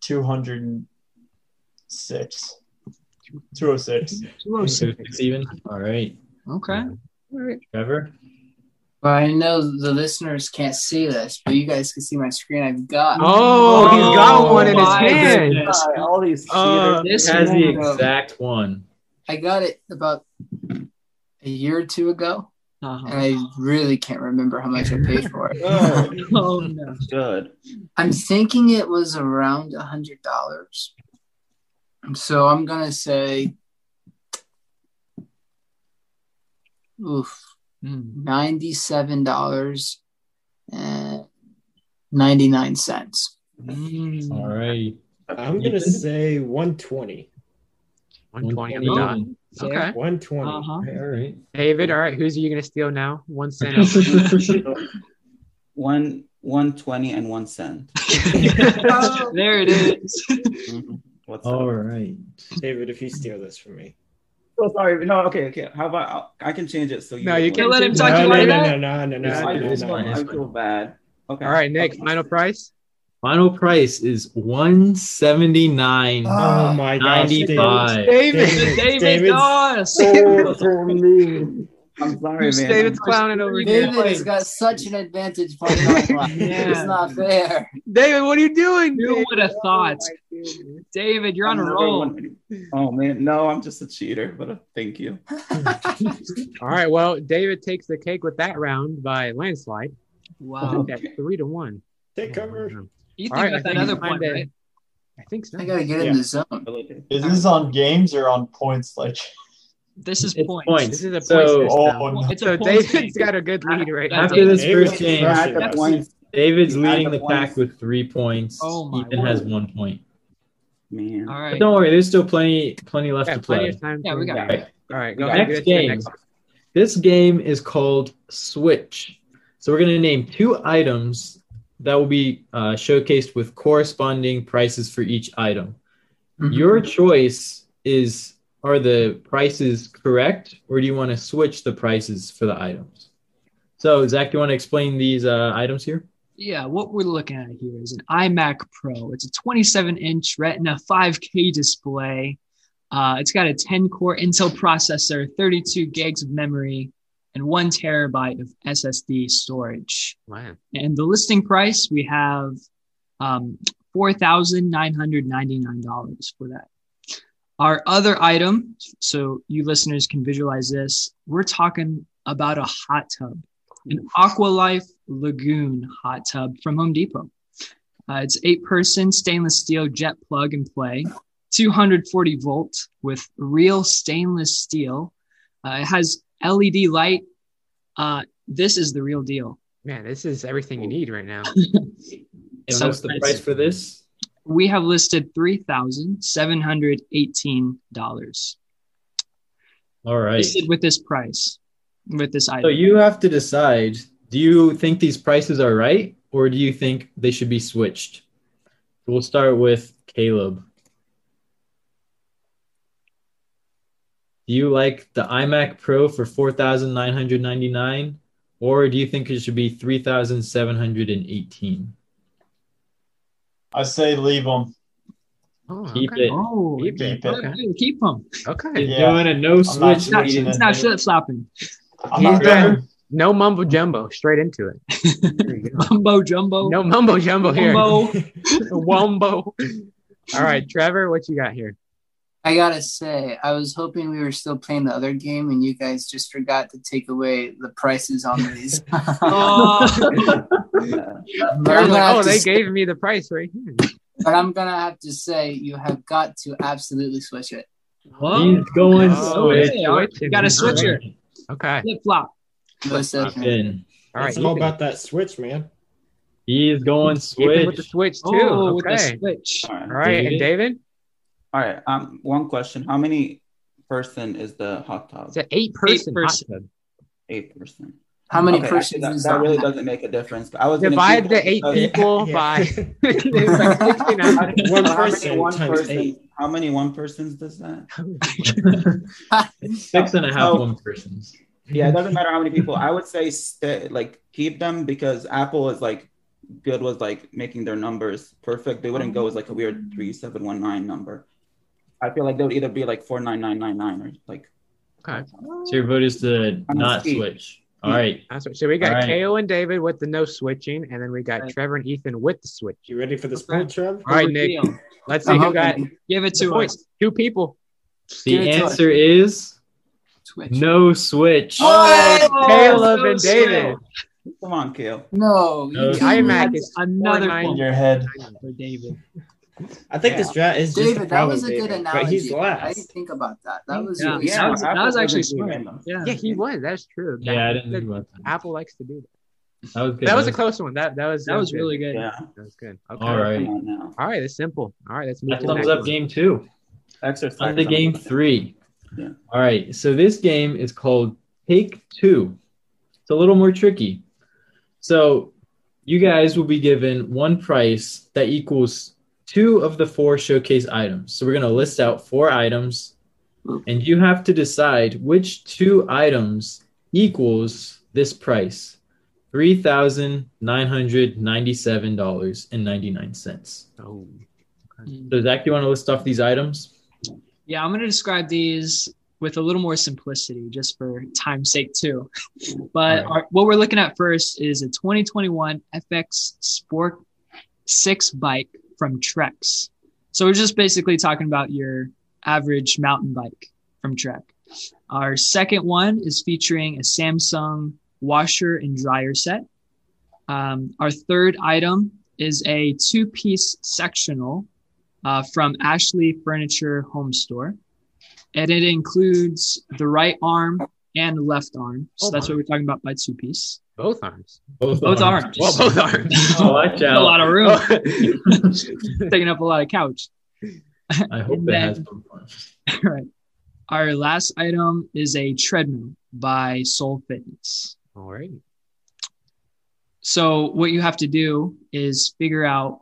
[SPEAKER 4] two hundred and six. Two oh six.
[SPEAKER 1] 206.
[SPEAKER 2] It's even. All right,
[SPEAKER 1] Okay.
[SPEAKER 2] Trevor.
[SPEAKER 6] Well, I know the listeners can't see this, but you guys can see my screen. I've got.
[SPEAKER 3] Oh, he's got
[SPEAKER 1] Oh,
[SPEAKER 3] one in his
[SPEAKER 1] my
[SPEAKER 3] hand.
[SPEAKER 1] goodness.
[SPEAKER 5] God, all these
[SPEAKER 3] Uh,
[SPEAKER 5] cheaters.
[SPEAKER 1] This
[SPEAKER 2] has the
[SPEAKER 1] one.
[SPEAKER 2] exact one.
[SPEAKER 6] I got it about a year or two ago, and
[SPEAKER 1] Uh-huh.
[SPEAKER 6] I really can't remember how much I paid for it.
[SPEAKER 5] Oh,
[SPEAKER 1] Oh, no.
[SPEAKER 5] good.
[SPEAKER 6] I'm thinking it was around a hundred dollars. So I'm gonna say, oof,
[SPEAKER 1] Mm.
[SPEAKER 6] ninety-seven dollars and ninety-nine cents.
[SPEAKER 2] All
[SPEAKER 1] Mm.
[SPEAKER 2] right,
[SPEAKER 7] I'm gonna say 120.
[SPEAKER 3] 120 on the dot.
[SPEAKER 2] 120.
[SPEAKER 1] Okay.
[SPEAKER 3] Okay.
[SPEAKER 7] 120.
[SPEAKER 1] Uh-huh.
[SPEAKER 2] All right.
[SPEAKER 3] David, all right, who's you gonna steal now? One cent.
[SPEAKER 5] One one twenty and one cent.
[SPEAKER 1] there it is.
[SPEAKER 5] What's
[SPEAKER 2] All
[SPEAKER 5] up?
[SPEAKER 2] right.
[SPEAKER 7] David, if you steal this from me.
[SPEAKER 5] So Oh, sorry. No, okay, okay. How about I can change it so you
[SPEAKER 3] No, you
[SPEAKER 1] Can't
[SPEAKER 5] can
[SPEAKER 1] let him
[SPEAKER 3] No,
[SPEAKER 1] talk
[SPEAKER 7] no,
[SPEAKER 1] you
[SPEAKER 7] no,
[SPEAKER 1] out of that.
[SPEAKER 7] no, no, no, no,
[SPEAKER 2] It's
[SPEAKER 7] no,
[SPEAKER 5] I
[SPEAKER 2] fine,
[SPEAKER 7] no,
[SPEAKER 5] feel
[SPEAKER 2] it's
[SPEAKER 7] no,
[SPEAKER 2] fine,
[SPEAKER 5] bad.
[SPEAKER 7] no.
[SPEAKER 2] it's
[SPEAKER 5] I
[SPEAKER 2] fine.
[SPEAKER 5] feel bad. Okay.
[SPEAKER 3] all right, Nick.
[SPEAKER 5] Okay.
[SPEAKER 3] Final price.
[SPEAKER 2] Final price is one seventy nine
[SPEAKER 7] Oh my gosh.
[SPEAKER 2] ninety
[SPEAKER 7] David.
[SPEAKER 2] five.
[SPEAKER 3] David.
[SPEAKER 7] David,
[SPEAKER 1] David
[SPEAKER 7] David's-
[SPEAKER 1] Doss.
[SPEAKER 7] Oh, for me.
[SPEAKER 5] I'm sorry,
[SPEAKER 3] Who's
[SPEAKER 5] man.
[SPEAKER 3] David's clowning over here?
[SPEAKER 6] David has got such an advantage by not lying. It's not fair.
[SPEAKER 3] David, what are you doing?
[SPEAKER 1] Who
[SPEAKER 3] David?
[SPEAKER 1] would have thought?
[SPEAKER 3] Oh, my goodness.
[SPEAKER 1] David, you're on a
[SPEAKER 5] I'm
[SPEAKER 1] roll.
[SPEAKER 5] never one- Oh man, no, I'm just a cheater, but uh, thank you.
[SPEAKER 3] All right, well, David takes the cake with that round by landslide. I
[SPEAKER 1] Wow.
[SPEAKER 3] think that's three to one.
[SPEAKER 7] Take cover.
[SPEAKER 1] You think
[SPEAKER 3] All right, I
[SPEAKER 1] about that
[SPEAKER 3] think
[SPEAKER 1] other
[SPEAKER 3] it's my
[SPEAKER 1] point,
[SPEAKER 3] day.
[SPEAKER 1] right?
[SPEAKER 3] I think so.
[SPEAKER 6] I gotta get in the zone.
[SPEAKER 4] Is this on games or on points? Like
[SPEAKER 1] This is
[SPEAKER 2] It's
[SPEAKER 1] points.
[SPEAKER 2] points.
[SPEAKER 3] This is a point
[SPEAKER 2] So-
[SPEAKER 3] system.
[SPEAKER 4] oh no.
[SPEAKER 1] It's
[SPEAKER 3] so
[SPEAKER 1] a points
[SPEAKER 3] David's
[SPEAKER 1] game.
[SPEAKER 3] got a good lead right now.
[SPEAKER 2] After this
[SPEAKER 7] David
[SPEAKER 2] first game,
[SPEAKER 7] crushed
[SPEAKER 5] At
[SPEAKER 7] it.
[SPEAKER 5] the point,
[SPEAKER 2] David's
[SPEAKER 5] You add
[SPEAKER 2] leading
[SPEAKER 5] the
[SPEAKER 2] the pack
[SPEAKER 5] points.
[SPEAKER 2] with three points.
[SPEAKER 1] Oh my
[SPEAKER 2] Ethan
[SPEAKER 1] word.
[SPEAKER 2] has one point.
[SPEAKER 5] man.
[SPEAKER 1] All
[SPEAKER 2] But
[SPEAKER 1] right.
[SPEAKER 2] don't worry, there's still plenty, plenty left
[SPEAKER 3] Yeah,
[SPEAKER 2] to
[SPEAKER 3] plenty
[SPEAKER 2] play.
[SPEAKER 3] of time.
[SPEAKER 1] Yeah,
[SPEAKER 3] for
[SPEAKER 1] we
[SPEAKER 3] him.
[SPEAKER 1] got
[SPEAKER 5] it.
[SPEAKER 3] All right,
[SPEAKER 5] We
[SPEAKER 3] go
[SPEAKER 5] got
[SPEAKER 3] ahead.
[SPEAKER 2] it.
[SPEAKER 3] give it to the
[SPEAKER 2] Next game. This game is called Switch. So we're going to name two items that will be uh, showcased with corresponding prices for each item. Your choice is are the prices correct, or do you want to switch the prices for the items? So, Zach, do you want to explain these uh, items here?
[SPEAKER 1] Yeah, what we're looking at here is an iMac Pro. It's a 27 inch Retina 5K display. Uh, it's got a 10 core Intel processor, 32 gigs of memory, and one terabyte of SSD storage.
[SPEAKER 3] Wow.
[SPEAKER 1] And the listing price we have um, four thousand nine hundred ninety nine dollars for that. Our other item, so you listeners can visualize this. We're talking about a hot tub, an Aqualife Lagoon hot tub from Home Depot. Uh, it's eight person stainless steel jet plug and play, 240 volt with real stainless steel. Uh, it has LED light. Uh, this is the real deal.
[SPEAKER 3] Man, this is everything you need right now.
[SPEAKER 2] And
[SPEAKER 1] So
[SPEAKER 2] what's the
[SPEAKER 1] it's-
[SPEAKER 2] price for this?
[SPEAKER 1] we have listed $3,718.
[SPEAKER 2] All right.
[SPEAKER 1] listed with this price, with this item.
[SPEAKER 2] So you have to decide do you think these prices are right or do you think they should be switched? We'll start with Caleb. Do you like the iMac Pro for 4999 or do you think it should be 3718?
[SPEAKER 4] I say leave them.
[SPEAKER 3] Oh,
[SPEAKER 2] Keep
[SPEAKER 3] okay.
[SPEAKER 2] it.
[SPEAKER 1] oh,
[SPEAKER 3] Keep it.
[SPEAKER 4] Keep it.
[SPEAKER 1] okay, keep them.
[SPEAKER 3] Okay.
[SPEAKER 2] He's
[SPEAKER 4] Yeah.
[SPEAKER 2] doing a no
[SPEAKER 4] not
[SPEAKER 2] switch.
[SPEAKER 1] It's not,
[SPEAKER 4] Switching
[SPEAKER 1] it's
[SPEAKER 4] it.
[SPEAKER 1] not slip slapping.
[SPEAKER 4] I'm not
[SPEAKER 3] He's done.
[SPEAKER 4] sure.
[SPEAKER 3] No mumbo jumbo. Straight into it.
[SPEAKER 1] Mumbo jumbo.
[SPEAKER 3] No mumbo jumbo here.
[SPEAKER 1] Mumbo.
[SPEAKER 3] Wombo. All right, Trevor, what you got here?
[SPEAKER 6] I gotta say, I was hoping we were still playing the other game, and you guys just forgot to take away the prices on these.
[SPEAKER 1] Oh,
[SPEAKER 6] But I'm gonna have
[SPEAKER 3] oh,
[SPEAKER 6] to
[SPEAKER 3] they
[SPEAKER 6] say-
[SPEAKER 3] gave me the price right here.
[SPEAKER 6] but I'm gonna have to say, you have got to absolutely switch it.
[SPEAKER 1] whoa.
[SPEAKER 2] He's going
[SPEAKER 1] Oh,
[SPEAKER 2] switch.
[SPEAKER 1] hey, all right, you got a switcher.
[SPEAKER 3] Okay.
[SPEAKER 1] Flip flop.
[SPEAKER 6] No second.
[SPEAKER 2] In.
[SPEAKER 3] All right.
[SPEAKER 7] it's all
[SPEAKER 3] Ethan.
[SPEAKER 7] about that switch, man.
[SPEAKER 2] He is going
[SPEAKER 3] Ethan with the
[SPEAKER 2] switch.
[SPEAKER 3] switch too.
[SPEAKER 1] Oh, with the
[SPEAKER 3] okay.
[SPEAKER 1] switch.
[SPEAKER 5] All
[SPEAKER 3] All
[SPEAKER 5] right.
[SPEAKER 3] right, and David,
[SPEAKER 5] All right. Um, one question: How many person is the hot tub?
[SPEAKER 3] it's an eight-person.
[SPEAKER 1] Eight
[SPEAKER 3] hot
[SPEAKER 1] person.
[SPEAKER 3] tub.
[SPEAKER 5] Eight person.
[SPEAKER 6] How many
[SPEAKER 5] Okay, actually,
[SPEAKER 6] persons
[SPEAKER 5] That,
[SPEAKER 6] is
[SPEAKER 5] that
[SPEAKER 6] on
[SPEAKER 5] really
[SPEAKER 6] that?
[SPEAKER 5] doesn't make a difference. I was gonna
[SPEAKER 3] Divide
[SPEAKER 5] do
[SPEAKER 3] the
[SPEAKER 5] that
[SPEAKER 3] eight
[SPEAKER 5] because-
[SPEAKER 3] people
[SPEAKER 7] Yeah.
[SPEAKER 3] by. It's like 69.
[SPEAKER 7] One
[SPEAKER 5] How many
[SPEAKER 7] person
[SPEAKER 5] one
[SPEAKER 7] times
[SPEAKER 5] person-
[SPEAKER 7] eight.
[SPEAKER 5] How many one persons does that?
[SPEAKER 2] Six and a half
[SPEAKER 5] Oh.
[SPEAKER 2] one persons.
[SPEAKER 5] Yeah, it doesn't matter how many people. I would say stay, like keep them because Apple is like good with like making their numbers perfect. They wouldn't go with like a weird three seven one nine number. I feel like they would either be like four nine nine nine nine or like
[SPEAKER 3] Okay.
[SPEAKER 2] So your vote is to
[SPEAKER 5] I'm
[SPEAKER 2] not
[SPEAKER 5] asleep.
[SPEAKER 2] switch. All right.
[SPEAKER 3] That's what- So we got
[SPEAKER 2] All right.
[SPEAKER 3] KO and David with the no switching, and then we got Trevor and Ethan with the switch.
[SPEAKER 7] You ready for this
[SPEAKER 1] Okay.
[SPEAKER 7] poll, Trev?
[SPEAKER 3] All right, Nick.
[SPEAKER 1] Reveal.
[SPEAKER 3] Let's see
[SPEAKER 6] I'm
[SPEAKER 3] who got
[SPEAKER 6] hoping
[SPEAKER 1] Give it
[SPEAKER 3] the
[SPEAKER 1] to
[SPEAKER 3] points.
[SPEAKER 1] us.
[SPEAKER 3] Two people.
[SPEAKER 6] Give it
[SPEAKER 2] The
[SPEAKER 6] to us.
[SPEAKER 2] answer is
[SPEAKER 6] Switch.
[SPEAKER 2] no switch.
[SPEAKER 3] Oh!
[SPEAKER 6] What?
[SPEAKER 3] Caleb
[SPEAKER 1] Oh, so
[SPEAKER 3] and David.
[SPEAKER 5] come on, Kale.
[SPEAKER 6] No.
[SPEAKER 2] No.
[SPEAKER 6] you-
[SPEAKER 3] The iMac
[SPEAKER 1] That's
[SPEAKER 3] is
[SPEAKER 1] another
[SPEAKER 3] four
[SPEAKER 4] In
[SPEAKER 1] point
[SPEAKER 4] your head.
[SPEAKER 1] for David.
[SPEAKER 7] I think
[SPEAKER 5] Yeah.
[SPEAKER 7] this draft is just a
[SPEAKER 6] David, that
[SPEAKER 7] problem,
[SPEAKER 6] was a good
[SPEAKER 7] David,
[SPEAKER 6] analogy.
[SPEAKER 7] But he's
[SPEAKER 6] I
[SPEAKER 7] last.
[SPEAKER 6] didn't think about that. That was
[SPEAKER 1] Yeah.
[SPEAKER 6] really
[SPEAKER 1] that
[SPEAKER 6] smart.
[SPEAKER 1] was- that was
[SPEAKER 5] Apple
[SPEAKER 1] actually
[SPEAKER 5] doesn't do
[SPEAKER 1] smart.
[SPEAKER 5] random.
[SPEAKER 1] Yeah.
[SPEAKER 3] Yeah, he was. That's true.
[SPEAKER 2] Yeah, I
[SPEAKER 3] That-
[SPEAKER 2] didn't think about that.
[SPEAKER 3] Apple likes to do that.
[SPEAKER 2] That was good.
[SPEAKER 3] That was a close one. That that was
[SPEAKER 1] That was
[SPEAKER 3] good.
[SPEAKER 1] really good.
[SPEAKER 5] Yeah.
[SPEAKER 3] that was good. Okay.
[SPEAKER 2] All right.
[SPEAKER 5] Come on now.
[SPEAKER 3] All right, that's simple. All right, let's move
[SPEAKER 2] That
[SPEAKER 3] to the
[SPEAKER 2] thumbs
[SPEAKER 3] next
[SPEAKER 2] up
[SPEAKER 3] one.
[SPEAKER 2] game two.
[SPEAKER 5] Exercise.
[SPEAKER 2] On to game three.
[SPEAKER 5] Yeah.
[SPEAKER 2] All right. So this game is called Take Two. It's a little more tricky. So you guys will be given one price that equals two of the four showcase items. So we're going to list out four items, and you have to decide which two items equals this price $3,997.99.
[SPEAKER 3] Oh.
[SPEAKER 2] So, Zach, do you want to list off these items?
[SPEAKER 1] Yeah, I'm going to describe these with a little more simplicity just for time's sake, too. But
[SPEAKER 2] Alright.
[SPEAKER 1] our, what we're looking at first is a 2021 FX Sport 6 bike from Trex. So we're just basically talking about your average mountain bike from Trek. Our second one is featuring a Samsung washer and dryer set. Um, our third item is a two piece sectional uh, from Ashley Furniture Home Store. And it includes the right arm and left arm. So
[SPEAKER 3] Oh
[SPEAKER 1] that's
[SPEAKER 3] my.
[SPEAKER 1] what we're talking about by two piece.
[SPEAKER 3] Both arms.
[SPEAKER 1] Both arms.
[SPEAKER 3] Well, both arms.
[SPEAKER 2] Oh, watch
[SPEAKER 1] That's a
[SPEAKER 2] out.
[SPEAKER 1] lot of room, taking up a lot of couch.
[SPEAKER 2] I hope
[SPEAKER 1] And
[SPEAKER 2] it
[SPEAKER 1] then-
[SPEAKER 2] has both arms.
[SPEAKER 1] All right. Our last item is a treadmill by Soul Fitness.
[SPEAKER 3] All right.
[SPEAKER 1] So what you have to do is figure out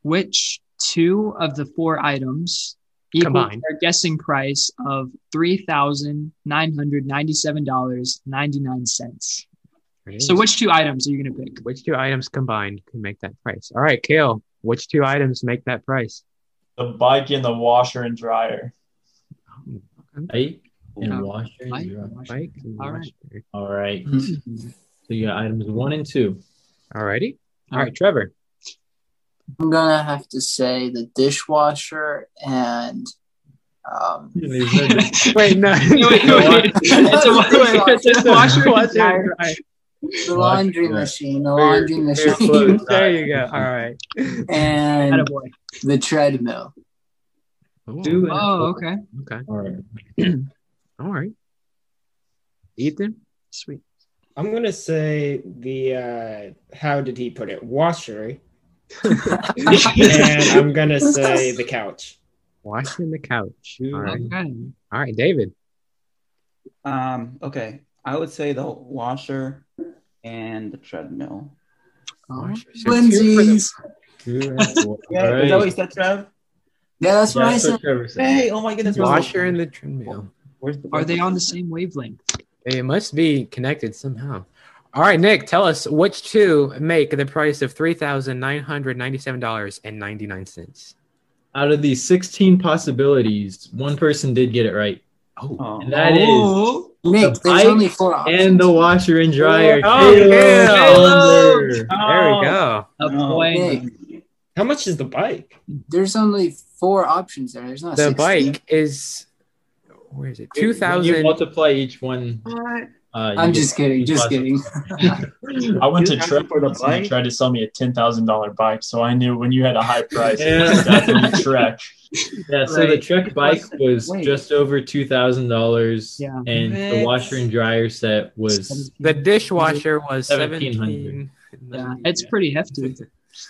[SPEAKER 1] which two of the four items equal
[SPEAKER 3] Combined.
[SPEAKER 1] our guessing price of three thousand nine hundred ninety-seven dollars ninety-nine cents. So which two items are you gonna pick?
[SPEAKER 3] which two items combined can make that price? All right, Kale, which two items make that price?
[SPEAKER 4] The bike and the washer and dryer.
[SPEAKER 3] Oh,
[SPEAKER 2] Bike
[SPEAKER 1] Um,
[SPEAKER 2] and washer. and
[SPEAKER 1] Mike?
[SPEAKER 2] dryer.
[SPEAKER 3] Bike. and
[SPEAKER 1] All right.
[SPEAKER 3] washer.
[SPEAKER 2] All right. So you got items one and two.
[SPEAKER 3] All righty. All
[SPEAKER 1] All
[SPEAKER 3] right, Trevor.
[SPEAKER 6] I'm gonna have to say the dishwasher and um,
[SPEAKER 3] Wait, no.
[SPEAKER 1] Wait, wait, wait. It's a, wa- it's a washer. and
[SPEAKER 3] Washer
[SPEAKER 1] dryer.
[SPEAKER 3] and dryer.
[SPEAKER 6] the laundry
[SPEAKER 2] Washer.
[SPEAKER 6] machine, the
[SPEAKER 2] Very-
[SPEAKER 6] laundry
[SPEAKER 2] very
[SPEAKER 6] machine,
[SPEAKER 2] close.
[SPEAKER 3] There you go. All right.
[SPEAKER 6] and
[SPEAKER 1] Attaboy.
[SPEAKER 6] the treadmill.
[SPEAKER 2] Two and
[SPEAKER 1] Oh,
[SPEAKER 2] four.
[SPEAKER 1] okay.
[SPEAKER 3] Okay.
[SPEAKER 2] All right.
[SPEAKER 3] All right. Ethan.
[SPEAKER 1] Sweet.
[SPEAKER 7] I'm gonna say the uh, how did he put it? Washer, and I'm gonna say the couch.
[SPEAKER 3] Washing the couch. All right.
[SPEAKER 1] Okay.
[SPEAKER 3] All right, David.
[SPEAKER 5] Um, okay. I would say the washer and the treadmill.
[SPEAKER 6] Oh,
[SPEAKER 2] Washer, so
[SPEAKER 6] Lindsay's.
[SPEAKER 2] two and four.
[SPEAKER 5] Yeah,
[SPEAKER 2] All
[SPEAKER 5] is that what
[SPEAKER 2] right.
[SPEAKER 5] you said, Trev?
[SPEAKER 6] Yeah, that's what
[SPEAKER 2] Yeah,
[SPEAKER 6] I
[SPEAKER 2] that's
[SPEAKER 6] said.
[SPEAKER 2] what Trevor said.
[SPEAKER 5] Hey, oh my goodness.
[SPEAKER 3] Washer and the treadmill.
[SPEAKER 5] Where's the-
[SPEAKER 1] Are they on the same wavelength?
[SPEAKER 3] It must be connected somehow. All right, Nick, tell us which two make the price of three thousand nine hundred ninety-seven dollars and ninety-nine cents.
[SPEAKER 2] Out of these 16 possibilities, one person did get it right.
[SPEAKER 3] Oh,
[SPEAKER 5] Oh.
[SPEAKER 2] And that is
[SPEAKER 1] Oh,
[SPEAKER 6] Nick,
[SPEAKER 2] The
[SPEAKER 6] there's
[SPEAKER 2] bike
[SPEAKER 6] only four options.
[SPEAKER 2] and the washer and dryer.
[SPEAKER 3] Oh,
[SPEAKER 2] Caleb
[SPEAKER 3] yeah.
[SPEAKER 2] Chandler.
[SPEAKER 5] Oh,
[SPEAKER 3] there we go.
[SPEAKER 1] a
[SPEAKER 5] No.
[SPEAKER 1] point.
[SPEAKER 6] Nick,
[SPEAKER 7] How much is the bike?
[SPEAKER 6] there's only four options there. There's not
[SPEAKER 3] The
[SPEAKER 6] 16.
[SPEAKER 3] bike is where is it?
[SPEAKER 2] When
[SPEAKER 3] Two
[SPEAKER 2] You
[SPEAKER 3] thousand.
[SPEAKER 2] multiply each one. Uh, you
[SPEAKER 6] I'm
[SPEAKER 2] get-
[SPEAKER 6] just kidding. Just kidding.
[SPEAKER 4] I went to
[SPEAKER 5] You
[SPEAKER 4] Trip
[SPEAKER 5] for the
[SPEAKER 4] once and
[SPEAKER 5] bike?
[SPEAKER 4] he tried to sell me a ten thousand dollar bike, so I knew when you had a high price, it
[SPEAKER 2] Yeah.
[SPEAKER 4] was definitely Trek.
[SPEAKER 2] Yeah, so the
[SPEAKER 1] Right.
[SPEAKER 2] Trek bike was
[SPEAKER 6] Wait.
[SPEAKER 2] just over two thousand dollars,
[SPEAKER 1] Yeah.
[SPEAKER 2] and the
[SPEAKER 1] What?
[SPEAKER 2] washer and dryer set was
[SPEAKER 3] The dishwasher was
[SPEAKER 2] 1700.
[SPEAKER 3] seventeen.
[SPEAKER 1] Yeah, it's pretty hefty.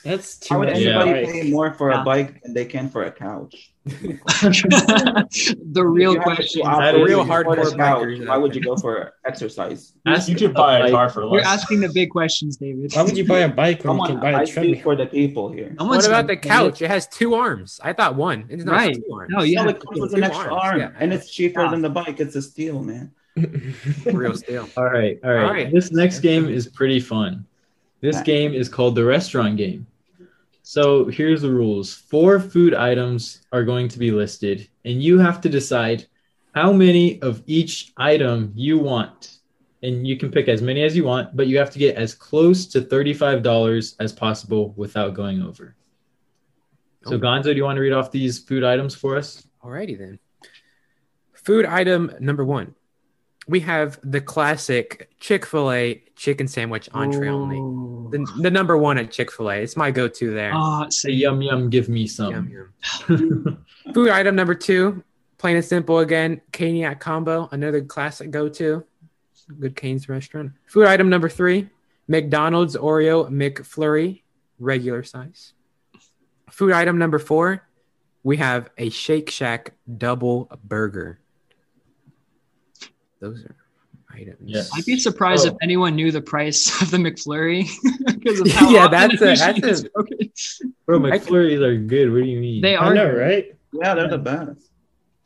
[SPEAKER 7] That's
[SPEAKER 5] How
[SPEAKER 7] too
[SPEAKER 5] would
[SPEAKER 7] much.
[SPEAKER 2] Yeah.
[SPEAKER 5] anybody
[SPEAKER 7] Bike.
[SPEAKER 5] pay more for
[SPEAKER 1] Yeah.
[SPEAKER 5] a bike than they can for a couch?
[SPEAKER 1] the real
[SPEAKER 5] You have
[SPEAKER 1] question.
[SPEAKER 5] two options
[SPEAKER 2] real
[SPEAKER 5] for the
[SPEAKER 3] hardcore
[SPEAKER 5] couch,
[SPEAKER 3] bikers,
[SPEAKER 5] Why
[SPEAKER 3] I
[SPEAKER 5] would you go for exercise?
[SPEAKER 4] You-
[SPEAKER 2] Ask
[SPEAKER 4] you could
[SPEAKER 2] a
[SPEAKER 4] buy a
[SPEAKER 2] bike.
[SPEAKER 4] car for
[SPEAKER 1] You're
[SPEAKER 4] less.
[SPEAKER 1] asking the big questions, David.
[SPEAKER 7] Why would you buy a bike when
[SPEAKER 5] Come
[SPEAKER 7] you can
[SPEAKER 5] on,
[SPEAKER 7] buy
[SPEAKER 5] I
[SPEAKER 7] a
[SPEAKER 5] speak
[SPEAKER 7] treadmill?
[SPEAKER 5] for the people here.
[SPEAKER 1] No
[SPEAKER 3] What
[SPEAKER 1] one's
[SPEAKER 3] about the
[SPEAKER 1] gonna-
[SPEAKER 3] couch? It has two arms. I thought one. It's not
[SPEAKER 1] Right.
[SPEAKER 3] two arms.
[SPEAKER 1] No, you
[SPEAKER 5] No,
[SPEAKER 1] have
[SPEAKER 5] it comes with an
[SPEAKER 3] Two
[SPEAKER 5] extra
[SPEAKER 3] arms,
[SPEAKER 5] arm,
[SPEAKER 3] yeah.
[SPEAKER 5] and it's cheaper
[SPEAKER 1] Yeah.
[SPEAKER 5] than the bike. It's a steal, man.
[SPEAKER 3] real steel.
[SPEAKER 2] all right, all right.
[SPEAKER 3] All right.
[SPEAKER 2] This next game is pretty fun. This
[SPEAKER 5] Right.
[SPEAKER 2] game is called the restaurant game. So here's the rules: four food items are going to be listed, and you have to decide how many of each item you want. And you can pick as many as you want, but you have to get as close to thirty-five dollars as possible without going over. So, Gonzo, do you want to read off these food items for us?
[SPEAKER 3] Alrighty then. Food item number one. We have the classic Chick fil A chicken sandwich entree only.
[SPEAKER 1] Oh.
[SPEAKER 3] The, the number one at Chick fil A. It's my go to there.
[SPEAKER 1] Ah,
[SPEAKER 2] Say
[SPEAKER 1] say
[SPEAKER 2] yum yum, give me
[SPEAKER 3] Yum,
[SPEAKER 2] some.
[SPEAKER 3] yum. Food item number two, plain and simple again, Caniac combo, another classic go to. Good Cane's restaurant. Food item number three, McDonald's Oreo McFlurry, regular size. Food item number four, we have a Shake Shack double burger. Those are items.
[SPEAKER 2] Yes.
[SPEAKER 1] I'd be surprised
[SPEAKER 2] Oh.
[SPEAKER 1] if anyone knew the price of the McFlurry because of how
[SPEAKER 3] Yeah,
[SPEAKER 1] often
[SPEAKER 3] that's
[SPEAKER 1] I
[SPEAKER 3] a-
[SPEAKER 1] usually
[SPEAKER 3] that's a-
[SPEAKER 1] get spoken.
[SPEAKER 2] Bro, McFlurries are good. What do you mean?
[SPEAKER 1] They
[SPEAKER 7] I
[SPEAKER 1] are.
[SPEAKER 7] know, right?
[SPEAKER 5] Yeah, they're the best.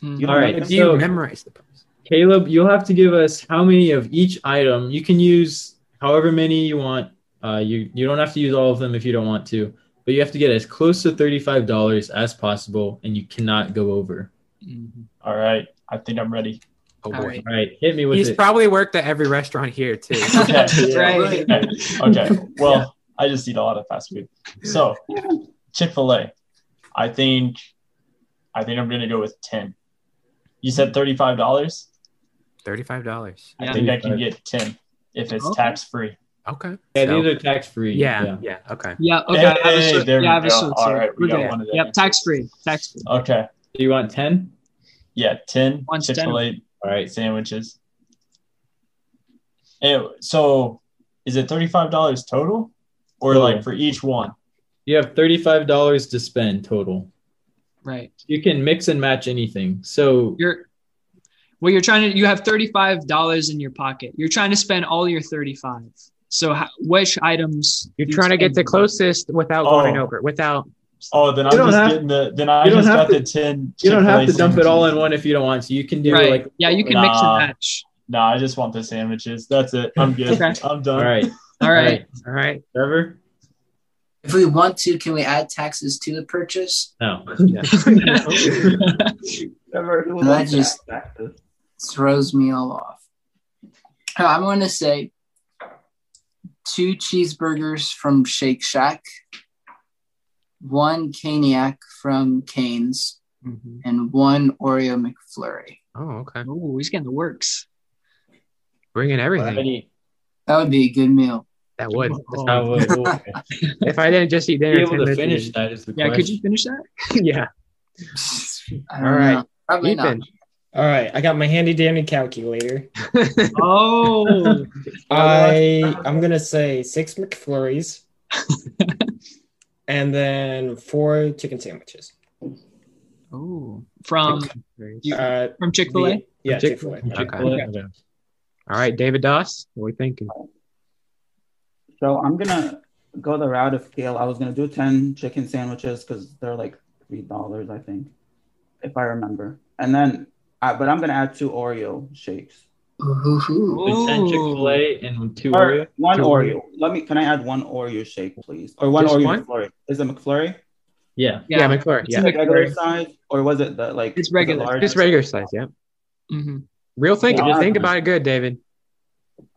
[SPEAKER 1] Mm.
[SPEAKER 5] You
[SPEAKER 2] All right,
[SPEAKER 5] know,
[SPEAKER 3] Do you
[SPEAKER 2] So-
[SPEAKER 3] memorize the price?
[SPEAKER 2] Caleb, you'll have to give us how many of each item. You can use however many you want. Uh, you you don't have to use all of them if you don't want to, but you have to get as close to thirty-five dollars as possible, and you cannot go over.
[SPEAKER 1] Mhm.
[SPEAKER 4] All right, I think I'm ready.
[SPEAKER 3] Oh
[SPEAKER 1] All
[SPEAKER 3] boy.
[SPEAKER 1] right.
[SPEAKER 2] All right, hit me with
[SPEAKER 3] He's
[SPEAKER 2] it.
[SPEAKER 3] probably worked at every restaurant here too.
[SPEAKER 4] Okay.
[SPEAKER 1] Right.
[SPEAKER 4] Okay. okay. Well, I just eat a lot of fast food. So, Chick Fil A, I think, I think I'm gonna go with ten. You said thirty-five dollars.
[SPEAKER 3] Thirty-five dollars.
[SPEAKER 1] Yeah.
[SPEAKER 4] I think I can get ten if it's
[SPEAKER 1] Okay.
[SPEAKER 4] tax free.
[SPEAKER 3] Okay.
[SPEAKER 2] yeah,
[SPEAKER 3] So-
[SPEAKER 2] these are tax-free.
[SPEAKER 3] yeah, yeah. Okay.
[SPEAKER 1] Yeah. Okay. I have a
[SPEAKER 4] Hey,
[SPEAKER 1] short-
[SPEAKER 4] there
[SPEAKER 1] yeah,
[SPEAKER 4] we
[SPEAKER 1] I have a
[SPEAKER 4] go.
[SPEAKER 1] short
[SPEAKER 4] All
[SPEAKER 1] sword.
[SPEAKER 4] right, we
[SPEAKER 1] We're
[SPEAKER 4] got
[SPEAKER 1] good.
[SPEAKER 4] one of
[SPEAKER 1] Yep.
[SPEAKER 4] them.
[SPEAKER 1] Tax free. Tax free.
[SPEAKER 4] Okay.
[SPEAKER 2] Do you want ten?
[SPEAKER 4] Yeah, ten
[SPEAKER 1] One's
[SPEAKER 4] Chick Fil A
[SPEAKER 2] All right.
[SPEAKER 4] sandwiches. Anyway, so, is it thirty-five dollars total, or
[SPEAKER 2] Total.
[SPEAKER 4] like for each one?
[SPEAKER 2] You have thirty-five dollars to spend total.
[SPEAKER 1] Right.
[SPEAKER 2] You can mix and match anything. So
[SPEAKER 1] You're. Well, you're trying to. You have thirty-five dollars in your pocket. You're trying to spend all your thirty-five. So, how, which items?
[SPEAKER 3] You're
[SPEAKER 1] do you
[SPEAKER 3] trying to get
[SPEAKER 1] spend
[SPEAKER 3] the closest without
[SPEAKER 4] Oh.
[SPEAKER 3] going over. Without
[SPEAKER 4] Oh, then I'm
[SPEAKER 2] You don't
[SPEAKER 4] just
[SPEAKER 2] have-
[SPEAKER 4] getting the. Then I
[SPEAKER 2] you don't
[SPEAKER 4] just
[SPEAKER 2] have
[SPEAKER 4] got
[SPEAKER 2] to-
[SPEAKER 4] the ten.
[SPEAKER 2] you don't have to
[SPEAKER 4] Chick-fil-A
[SPEAKER 2] dump it all in
[SPEAKER 4] sandwiches.
[SPEAKER 2] one if you don't want to. You can do
[SPEAKER 1] Right.
[SPEAKER 2] like
[SPEAKER 1] yeah, you can mix
[SPEAKER 4] Nah.
[SPEAKER 1] and match.
[SPEAKER 4] No, I just want the sandwiches. That's it. I'm good.
[SPEAKER 1] Okay.
[SPEAKER 4] I'm
[SPEAKER 2] all
[SPEAKER 4] done.
[SPEAKER 2] right,
[SPEAKER 1] All right.
[SPEAKER 3] all right.
[SPEAKER 2] Trevor.
[SPEAKER 6] If we want to, can we add taxes to the purchase?
[SPEAKER 2] No.
[SPEAKER 5] Trevor, who
[SPEAKER 6] That
[SPEAKER 5] wants
[SPEAKER 6] just-
[SPEAKER 5] that?
[SPEAKER 6] throws me all off. Uh, I'm going to say two cheeseburgers from Shake Shack, one Caniac from Cane's,
[SPEAKER 1] Mhm.
[SPEAKER 6] and one Oreo McFlurry.
[SPEAKER 3] Oh, okay.
[SPEAKER 1] Oh, he's getting the works.
[SPEAKER 3] Bring in everything.
[SPEAKER 2] Alrighty.
[SPEAKER 6] That would be a good meal.
[SPEAKER 3] That would.
[SPEAKER 1] Oh.
[SPEAKER 2] I will- will
[SPEAKER 3] If I didn't just eat
[SPEAKER 2] be
[SPEAKER 3] dinner,
[SPEAKER 2] able
[SPEAKER 3] 10
[SPEAKER 2] to
[SPEAKER 3] minutes
[SPEAKER 2] finish
[SPEAKER 3] ago.
[SPEAKER 2] that is the
[SPEAKER 1] Yeah.
[SPEAKER 2] question.
[SPEAKER 1] Could you finish that?
[SPEAKER 3] yeah.
[SPEAKER 6] I don't
[SPEAKER 3] All right.
[SPEAKER 6] know. Probably
[SPEAKER 3] Ethan.
[SPEAKER 7] All right, I got my handy dandy calculator.
[SPEAKER 1] Oh.
[SPEAKER 7] I I'm gonna say six McFlurries, and then four chicken sandwiches.
[SPEAKER 1] oh. From
[SPEAKER 7] Uh,
[SPEAKER 1] from Chick Fil A.
[SPEAKER 7] the- Yeah, Chick
[SPEAKER 3] Chick-fil-A.
[SPEAKER 7] Fil
[SPEAKER 3] Okay.
[SPEAKER 7] A.
[SPEAKER 2] Okay.
[SPEAKER 3] All right, David Doss, what are we thinking?
[SPEAKER 5] So I'm gonna go the route of Gail. I was gonna do ten chicken sandwiches because they're like three dollars, I think, if I remember. And then, I, but I'm gonna add two Oreo shakes.
[SPEAKER 6] Ooh, ooh, ooh.
[SPEAKER 2] With ten
[SPEAKER 1] Ooh.
[SPEAKER 2] Chick Fil A and two Oreo.
[SPEAKER 5] Or one
[SPEAKER 2] Two
[SPEAKER 5] Oreo. Let me. Can I add one Oreo shake, please? Or one
[SPEAKER 3] Just
[SPEAKER 5] Oreo
[SPEAKER 3] one?
[SPEAKER 5] McFlurry? Is it McFlurry?
[SPEAKER 2] Yeah.
[SPEAKER 3] Yeah, McFlurry.
[SPEAKER 1] It's a
[SPEAKER 3] Yeah,
[SPEAKER 5] Like regular
[SPEAKER 1] McFlurry.
[SPEAKER 5] size, or was it the like?
[SPEAKER 1] It's
[SPEAKER 5] the
[SPEAKER 1] regular.
[SPEAKER 5] large-
[SPEAKER 3] just regular size. Yeah,
[SPEAKER 1] Mhm.
[SPEAKER 3] real thinking.
[SPEAKER 5] Yeah.
[SPEAKER 3] Think about it, good, David.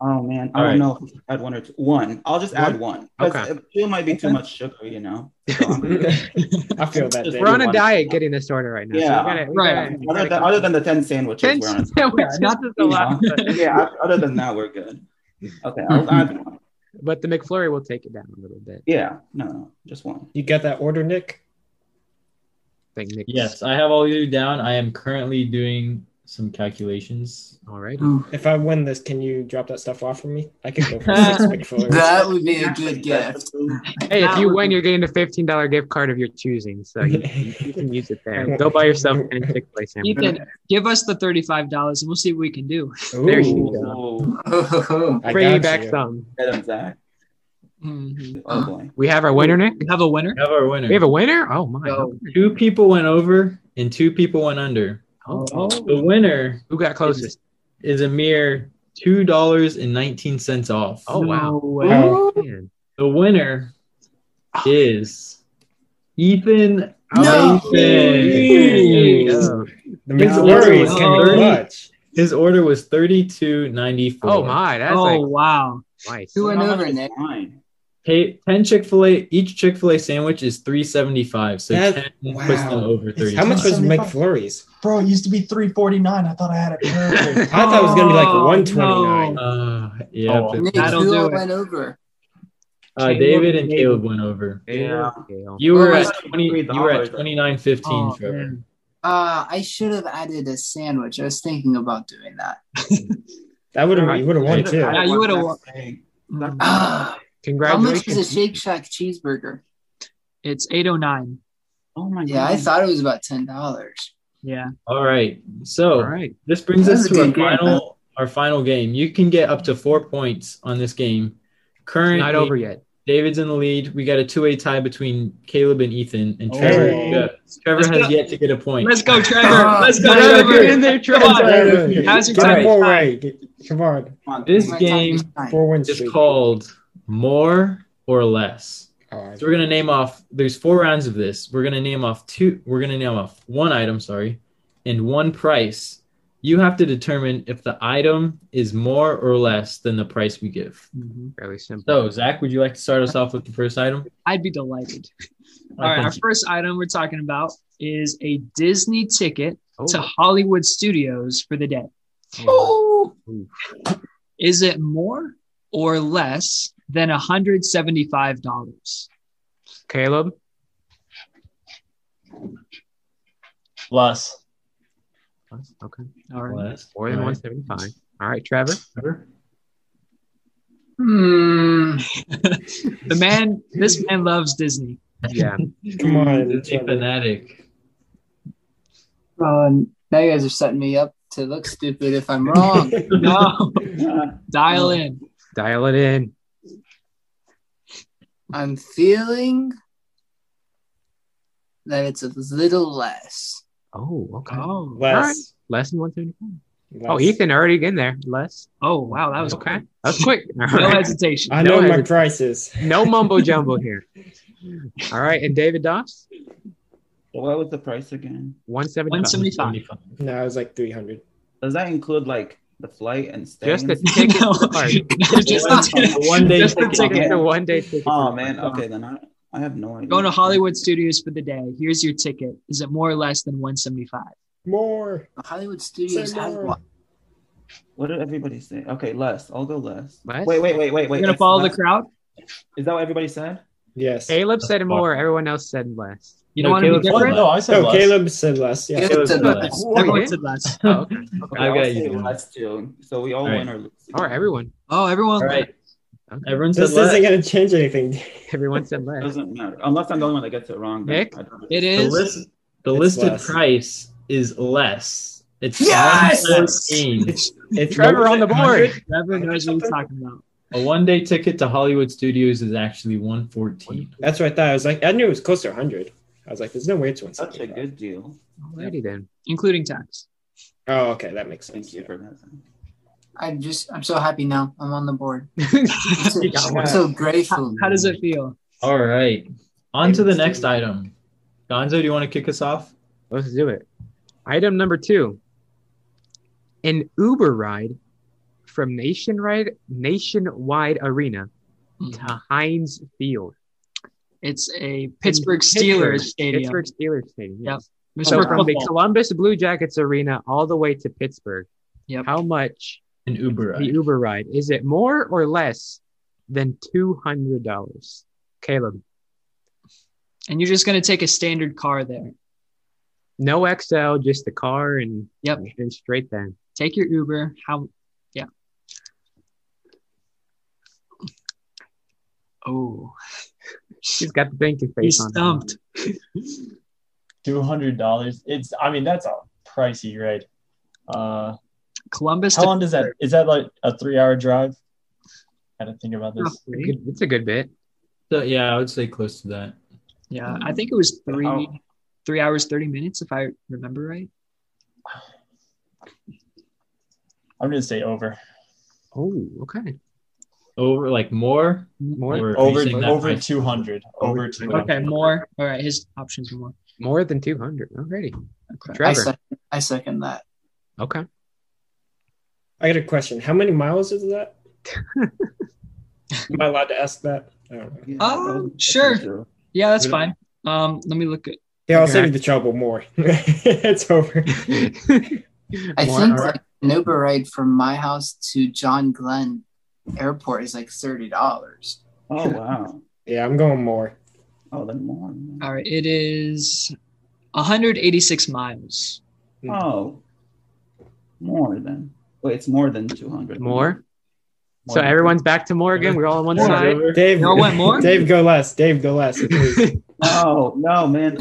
[SPEAKER 5] Oh man, I
[SPEAKER 4] All
[SPEAKER 5] don't know. If I add one or two. One. I'll just add one. 'Cause
[SPEAKER 3] Okay.
[SPEAKER 5] if Two might be too much sugar, you know. So um, I'm gonna-
[SPEAKER 7] I feel that.
[SPEAKER 5] Just
[SPEAKER 7] David.
[SPEAKER 3] We're on a
[SPEAKER 5] one.
[SPEAKER 3] diet getting this order right now.
[SPEAKER 5] Yeah.
[SPEAKER 3] so we gotta, we
[SPEAKER 1] Right.
[SPEAKER 3] gotta- we
[SPEAKER 5] other,
[SPEAKER 3] gotta-
[SPEAKER 5] than, other than the ten sandwiches,
[SPEAKER 3] Ten
[SPEAKER 5] we're on.
[SPEAKER 3] sandwiches
[SPEAKER 1] Yeah, not-
[SPEAKER 3] is a
[SPEAKER 5] You
[SPEAKER 3] lot,
[SPEAKER 5] know? yeah. Other than that, we're good. Okay, I'll add one.
[SPEAKER 3] but the McFlurry will take it down a little bit.
[SPEAKER 5] Yeah, no, no, just one.
[SPEAKER 7] You got that order, Nick?
[SPEAKER 3] I think Nick's
[SPEAKER 2] Yes, I have all you down. I am currently doing some calculations.
[SPEAKER 3] all right.
[SPEAKER 6] Ooh.
[SPEAKER 7] If I win this, can you drop that stuff off for me? I could go for six McFlurries.
[SPEAKER 6] That would be a good gift.
[SPEAKER 3] Hey, if
[SPEAKER 1] That
[SPEAKER 3] you
[SPEAKER 1] would
[SPEAKER 3] win,
[SPEAKER 1] be-
[SPEAKER 3] you're getting a fifteen dollar gift card of your choosing, so you, you can use it there. Go buy yourself a Chick Fil A sandwich.
[SPEAKER 1] Ethan, give us the thirty-five dollars, and we'll see what we can do.
[SPEAKER 7] Ooh,
[SPEAKER 3] There you go.
[SPEAKER 5] Ooh,
[SPEAKER 7] I
[SPEAKER 3] Bring me
[SPEAKER 7] got
[SPEAKER 3] back
[SPEAKER 7] you.
[SPEAKER 3] some.
[SPEAKER 5] get him, Zach.
[SPEAKER 1] Mhm.
[SPEAKER 5] Oh boy.
[SPEAKER 3] We have our winner, Nick.
[SPEAKER 1] We have a winner.
[SPEAKER 2] We have our winner.
[SPEAKER 3] We have a winner. Oh my!
[SPEAKER 1] No.
[SPEAKER 2] two people went over and two people went under.
[SPEAKER 3] Oh.
[SPEAKER 2] The winner
[SPEAKER 3] Who got closest?
[SPEAKER 2] is a mere two dollars and nineteen cents off.
[SPEAKER 3] Oh wow!
[SPEAKER 7] Wow.
[SPEAKER 3] Man.
[SPEAKER 2] The winner is Ethan
[SPEAKER 6] No.
[SPEAKER 2] Mason.
[SPEAKER 3] Oh.
[SPEAKER 7] The McFlurry is
[SPEAKER 1] Oh.
[SPEAKER 7] getting much.
[SPEAKER 2] His order was thirty-two ninety-four.
[SPEAKER 3] Oh my! That's
[SPEAKER 1] oh
[SPEAKER 3] like
[SPEAKER 1] wow!
[SPEAKER 3] nice.
[SPEAKER 6] Who went
[SPEAKER 5] How much
[SPEAKER 6] over,
[SPEAKER 5] is
[SPEAKER 6] Nick?
[SPEAKER 5] mine?
[SPEAKER 2] Hey, ten Chick Fil A. Each Chick Fil A sandwich is three seventy-five. So
[SPEAKER 7] That-
[SPEAKER 2] ten
[SPEAKER 7] wow.
[SPEAKER 2] puts them over thirty.
[SPEAKER 7] How much was
[SPEAKER 4] 75?
[SPEAKER 7] McFlurry's?
[SPEAKER 4] Bro, it used to be 349. I thought I had it.
[SPEAKER 7] I
[SPEAKER 4] perfect.
[SPEAKER 7] thought it was gonna be like
[SPEAKER 1] Oh,
[SPEAKER 7] one twenty-nine.
[SPEAKER 1] no.
[SPEAKER 2] Uh, yeah,
[SPEAKER 4] Oh.
[SPEAKER 2] but-
[SPEAKER 6] Nick,
[SPEAKER 1] That'll
[SPEAKER 6] who
[SPEAKER 1] do
[SPEAKER 6] all
[SPEAKER 1] it.
[SPEAKER 6] went over?
[SPEAKER 2] uh, David and Caleb went over.
[SPEAKER 5] Yeah.
[SPEAKER 2] You were
[SPEAKER 6] Oh,
[SPEAKER 2] at
[SPEAKER 5] that's
[SPEAKER 2] twenty.
[SPEAKER 5] $3.
[SPEAKER 2] You were at twenty-nine fifteen.
[SPEAKER 1] Oh,
[SPEAKER 2] Trevor.
[SPEAKER 1] man.
[SPEAKER 6] Uh, I should have added a sandwich. I was thinking about doing that.
[SPEAKER 7] That would have you would have won
[SPEAKER 2] Right.
[SPEAKER 7] too.
[SPEAKER 1] Yeah, you would've won.
[SPEAKER 5] Hey,
[SPEAKER 1] Mhm.
[SPEAKER 6] Ah, how much was a
[SPEAKER 3] Congratulations!
[SPEAKER 6] Shake Shack cheeseburger?
[SPEAKER 1] It's eight oh nine.
[SPEAKER 5] Oh my
[SPEAKER 6] Yeah, I
[SPEAKER 5] God.
[SPEAKER 6] thought it was about ten dollars.
[SPEAKER 1] Yeah.
[SPEAKER 2] All right. So
[SPEAKER 3] All right.
[SPEAKER 2] this brings
[SPEAKER 6] That
[SPEAKER 2] us
[SPEAKER 6] was a
[SPEAKER 2] to our
[SPEAKER 6] good game,
[SPEAKER 2] final our final game. You can get up to four points on this game. Currently,
[SPEAKER 3] Not over yet.
[SPEAKER 2] David's in the lead. We got a two way tie between Caleb and Ethan, and
[SPEAKER 7] Oh.
[SPEAKER 2] Trevor. Trevor
[SPEAKER 1] Let's
[SPEAKER 2] has
[SPEAKER 1] go.
[SPEAKER 2] yet to get a point.
[SPEAKER 1] Let's go, Trevor. Let's go,
[SPEAKER 2] Trevor,
[SPEAKER 1] Trevor.
[SPEAKER 2] get in
[SPEAKER 1] there, Trevor.
[SPEAKER 7] Come on, David.
[SPEAKER 1] How's your
[SPEAKER 7] Get
[SPEAKER 1] time?
[SPEAKER 7] four right. Get- Come on,
[SPEAKER 5] Come on,
[SPEAKER 2] This
[SPEAKER 6] My
[SPEAKER 2] game-
[SPEAKER 6] time is fine.
[SPEAKER 7] four wins.
[SPEAKER 2] It's
[SPEAKER 7] streak.
[SPEAKER 2] called more or less.
[SPEAKER 7] Oh, I-
[SPEAKER 2] So we're gonna name off. There's four rounds of this. We're gonna name off two. We're gonna name off one item, sorry, and one price. You have to determine if the item is more or less than the price we give.
[SPEAKER 1] Mm-hmm.
[SPEAKER 3] Fairly simple.
[SPEAKER 2] So, Zach, would you like to start us off with the first item?
[SPEAKER 1] I'd be delighted. All right, our first item we're talking about is a Disney ticket
[SPEAKER 3] Oh,
[SPEAKER 1] to Hollywood Studios for the day.
[SPEAKER 6] Ooh.
[SPEAKER 1] Is it more or less than $175?
[SPEAKER 3] Caleb.
[SPEAKER 4] Plus,
[SPEAKER 3] Okay.
[SPEAKER 1] All right.
[SPEAKER 2] Less.
[SPEAKER 3] More than
[SPEAKER 2] All
[SPEAKER 3] one
[SPEAKER 2] right.
[SPEAKER 3] seventy five. All right, Trevor.
[SPEAKER 2] Trevor?
[SPEAKER 6] Hmm.
[SPEAKER 1] The man, this man loves Disney.
[SPEAKER 3] Yeah.
[SPEAKER 7] Come on,
[SPEAKER 2] Disney
[SPEAKER 7] Trevor.
[SPEAKER 2] fanatic.
[SPEAKER 6] Um, now you guys are setting me up to look stupid if I'm wrong.
[SPEAKER 1] No, dial in.
[SPEAKER 3] Dial it in.
[SPEAKER 6] I'm feeling that it's a little less.
[SPEAKER 3] Oh, okay.
[SPEAKER 1] Oh,
[SPEAKER 7] Less.
[SPEAKER 3] Less than one seventy five.
[SPEAKER 7] Less.
[SPEAKER 3] Oh, Ethan already in there. Less.
[SPEAKER 1] oh wow, that was
[SPEAKER 3] okay.
[SPEAKER 1] quick.
[SPEAKER 3] That was quick. All
[SPEAKER 1] No
[SPEAKER 3] right.
[SPEAKER 1] hesitation.
[SPEAKER 7] I
[SPEAKER 3] No
[SPEAKER 7] know my
[SPEAKER 3] hesitation.
[SPEAKER 7] prices.
[SPEAKER 3] No mumbo jumbo here. All right, and David Doss,
[SPEAKER 5] What was the price again?
[SPEAKER 3] one seventy
[SPEAKER 1] One
[SPEAKER 3] five.
[SPEAKER 1] seventy five.
[SPEAKER 7] No, I was like three hundred.
[SPEAKER 5] Does that include like the flight and stay?
[SPEAKER 3] Just the
[SPEAKER 5] and-
[SPEAKER 3] ticket
[SPEAKER 1] No,
[SPEAKER 3] to the party.
[SPEAKER 1] just the
[SPEAKER 2] One day
[SPEAKER 1] Just the
[SPEAKER 2] ticket.
[SPEAKER 1] ticket.
[SPEAKER 3] Ticket to one day ticket.
[SPEAKER 5] oh man. Okay, then I, I have no idea.
[SPEAKER 1] Going to Hollywood Studios for the day. Here's your ticket. Is it more or less than 175?
[SPEAKER 7] More.
[SPEAKER 6] Hollywood Studios
[SPEAKER 7] Say
[SPEAKER 6] has
[SPEAKER 7] more.
[SPEAKER 6] one.
[SPEAKER 5] What did everybody say? Okay, less. I'll go less.
[SPEAKER 3] Less?
[SPEAKER 5] Wait, wait, wait, wait, wait.
[SPEAKER 1] You're gonna
[SPEAKER 5] it's
[SPEAKER 1] follow the
[SPEAKER 5] less.
[SPEAKER 1] crowd.
[SPEAKER 5] Is that what everybody said?
[SPEAKER 7] Yes.
[SPEAKER 3] Caleb said more. Everyone else said less.
[SPEAKER 1] You don't
[SPEAKER 2] No,
[SPEAKER 1] want to be
[SPEAKER 2] Caleb's
[SPEAKER 4] Oh,
[SPEAKER 1] different.
[SPEAKER 4] no, I said
[SPEAKER 7] No,
[SPEAKER 4] less.
[SPEAKER 7] Caleb said less. Yeah.
[SPEAKER 6] Caleb
[SPEAKER 2] Caleb
[SPEAKER 6] said
[SPEAKER 2] said
[SPEAKER 6] less.
[SPEAKER 2] less.
[SPEAKER 1] Everyone
[SPEAKER 3] Okay.
[SPEAKER 1] said less.
[SPEAKER 2] Oh, okay.
[SPEAKER 5] Okay,
[SPEAKER 2] I've
[SPEAKER 5] I'll
[SPEAKER 2] got
[SPEAKER 5] say
[SPEAKER 2] you.
[SPEAKER 5] Less too. So we all
[SPEAKER 2] All right.
[SPEAKER 5] win or lose.
[SPEAKER 3] All right, everyone.
[SPEAKER 1] Oh, everyone.
[SPEAKER 2] All right.
[SPEAKER 3] Okay.
[SPEAKER 2] Everyone said
[SPEAKER 7] This isn't
[SPEAKER 2] less.
[SPEAKER 7] gonna change anything.
[SPEAKER 3] Everyone said less.
[SPEAKER 5] Doesn't matter unless I'm the only one that gets it wrong. then
[SPEAKER 3] Nick?
[SPEAKER 5] I don't-
[SPEAKER 1] It
[SPEAKER 2] The,
[SPEAKER 1] is.
[SPEAKER 2] list, the
[SPEAKER 7] It's
[SPEAKER 2] listed
[SPEAKER 7] less.
[SPEAKER 2] price is less It's
[SPEAKER 1] Yes!
[SPEAKER 2] 114.
[SPEAKER 7] It's,
[SPEAKER 2] It's
[SPEAKER 3] Trevor
[SPEAKER 2] lower
[SPEAKER 3] on the
[SPEAKER 2] than
[SPEAKER 3] board.
[SPEAKER 2] 100.
[SPEAKER 1] Trevor knows what he's talking about.
[SPEAKER 2] A one day ticket to Hollywood Studios is actually 114.
[SPEAKER 7] that's what I thought. I was like, I knew it was close to 100. I was like, there's no way it's
[SPEAKER 5] Such a
[SPEAKER 7] 175.
[SPEAKER 5] good deal.
[SPEAKER 3] Alrighty then.
[SPEAKER 1] Including tax.
[SPEAKER 7] Oh, okay, that makes sense.
[SPEAKER 5] Thank you for that.
[SPEAKER 6] I'm just I'm so happy now. I'm on the board. I'm so,
[SPEAKER 3] You got one.
[SPEAKER 6] I'm so grateful.
[SPEAKER 1] How does it feel?
[SPEAKER 2] All right. On to the next item. Gonzo, do you want to kick us off?
[SPEAKER 3] Let's do it. Item number two. An Uber ride from Nationwide Nationwide Arena to Heinz Field.
[SPEAKER 1] It's a Pittsburgh Steelers stadium.
[SPEAKER 3] Pittsburgh Steelers Stadium.
[SPEAKER 1] Yep.
[SPEAKER 3] Yes.
[SPEAKER 1] Mr.
[SPEAKER 3] So from the
[SPEAKER 1] Football.
[SPEAKER 3] Columbus Blue Jackets Arena all the way to Pittsburgh.
[SPEAKER 1] Yep.
[SPEAKER 3] How much
[SPEAKER 2] An Uber
[SPEAKER 3] the
[SPEAKER 2] ride.
[SPEAKER 3] Uber ride? Is it more or less than two hundred dollars? Caleb,
[SPEAKER 1] and you're just going to take a standard car there.
[SPEAKER 3] no XL, just the car and
[SPEAKER 1] Yep.
[SPEAKER 3] and straight there.
[SPEAKER 1] Take your Uber. How? Yeah. Oh,
[SPEAKER 3] She's got the banking face
[SPEAKER 1] he's
[SPEAKER 3] on.
[SPEAKER 1] stumped.
[SPEAKER 4] Two hundred dollars. It's. I mean, that's a pricey ride. Uh,
[SPEAKER 1] Columbus.
[SPEAKER 4] how
[SPEAKER 1] to-
[SPEAKER 4] long does that? Is that like a three-hour drive? I had to think about this.
[SPEAKER 3] It's a good- It's a good bit.
[SPEAKER 2] So, yeah, I would say close to that.
[SPEAKER 1] Yeah, I think it was three,
[SPEAKER 4] How-
[SPEAKER 1] three hours thirty minutes, if I remember right.
[SPEAKER 4] I'm gonna say over.
[SPEAKER 3] Oh, okay.
[SPEAKER 2] Over, like more?
[SPEAKER 3] More
[SPEAKER 2] Or are you
[SPEAKER 4] Over
[SPEAKER 2] saying that
[SPEAKER 4] over
[SPEAKER 2] price?
[SPEAKER 4] two hundred. Over
[SPEAKER 2] Over
[SPEAKER 4] two hundred.
[SPEAKER 1] Okay, more. All right, his options were more.
[SPEAKER 3] more than two hundred already.
[SPEAKER 1] Okay.
[SPEAKER 6] I
[SPEAKER 3] Trevor,
[SPEAKER 6] second, I second that.
[SPEAKER 3] okay.
[SPEAKER 7] I got a question. How many miles is that? Am I allowed to ask that? I don't know.
[SPEAKER 5] Yeah,
[SPEAKER 1] Oh,
[SPEAKER 5] that was-
[SPEAKER 1] sure. Yeah, that's
[SPEAKER 7] Really?
[SPEAKER 1] fine. Um, let me look at.
[SPEAKER 7] Yeah, I'll
[SPEAKER 3] Okay.
[SPEAKER 7] save you the trouble more. it's over.
[SPEAKER 6] I
[SPEAKER 3] More-
[SPEAKER 6] think
[SPEAKER 3] all right.
[SPEAKER 6] like, an Uber ride from my house to John Glenn Airport is like thirty dollars.
[SPEAKER 5] Oh wow.
[SPEAKER 7] Yeah, I'm going more.
[SPEAKER 5] Oh, then more.
[SPEAKER 1] All right, it is 186 miles.
[SPEAKER 5] Oh, more than. Wait, it's more than two hundred.
[SPEAKER 3] more. So everyone's back to Morgan. We're all on one
[SPEAKER 2] More
[SPEAKER 3] side.
[SPEAKER 2] Uber?
[SPEAKER 7] Dave,
[SPEAKER 1] Y'all want more?
[SPEAKER 7] Dave, go less. Dave, go less. please.
[SPEAKER 5] No, Oh, no, man.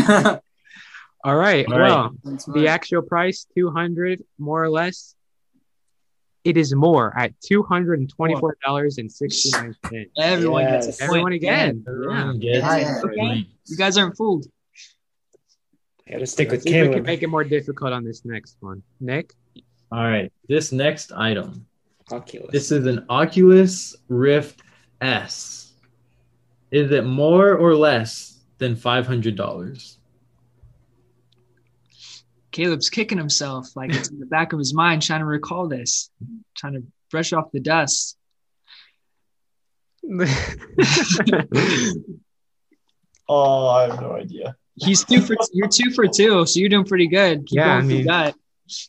[SPEAKER 3] All right.
[SPEAKER 2] All right.
[SPEAKER 3] well,
[SPEAKER 6] That's
[SPEAKER 3] the
[SPEAKER 6] much.
[SPEAKER 3] actual price 200 more or less. It is more at $224.69.
[SPEAKER 1] Everyone
[SPEAKER 7] Yes.
[SPEAKER 1] gets a point.
[SPEAKER 3] Everyone again. Yeah.
[SPEAKER 2] Everyone gets a
[SPEAKER 6] Yeah.
[SPEAKER 1] Okay.
[SPEAKER 2] link.
[SPEAKER 1] You guys aren't fooled.
[SPEAKER 7] I gotta stick with
[SPEAKER 3] See if we can
[SPEAKER 7] Caleb.
[SPEAKER 3] make it more difficult on this next one. Nick?
[SPEAKER 2] All right. This next item.
[SPEAKER 7] Oculus.
[SPEAKER 2] This is an Oculus Rift S. Is it more or less than $500?
[SPEAKER 1] Caleb's kicking himself, like it's in the back of his mind, trying to recall this, trying to brush off the dust.
[SPEAKER 4] Oh, I have no idea.
[SPEAKER 1] He's two for you're two for two, so you're doing pretty good. Keep
[SPEAKER 3] Yeah,
[SPEAKER 1] going
[SPEAKER 3] I
[SPEAKER 1] through
[SPEAKER 3] mean-
[SPEAKER 1] that.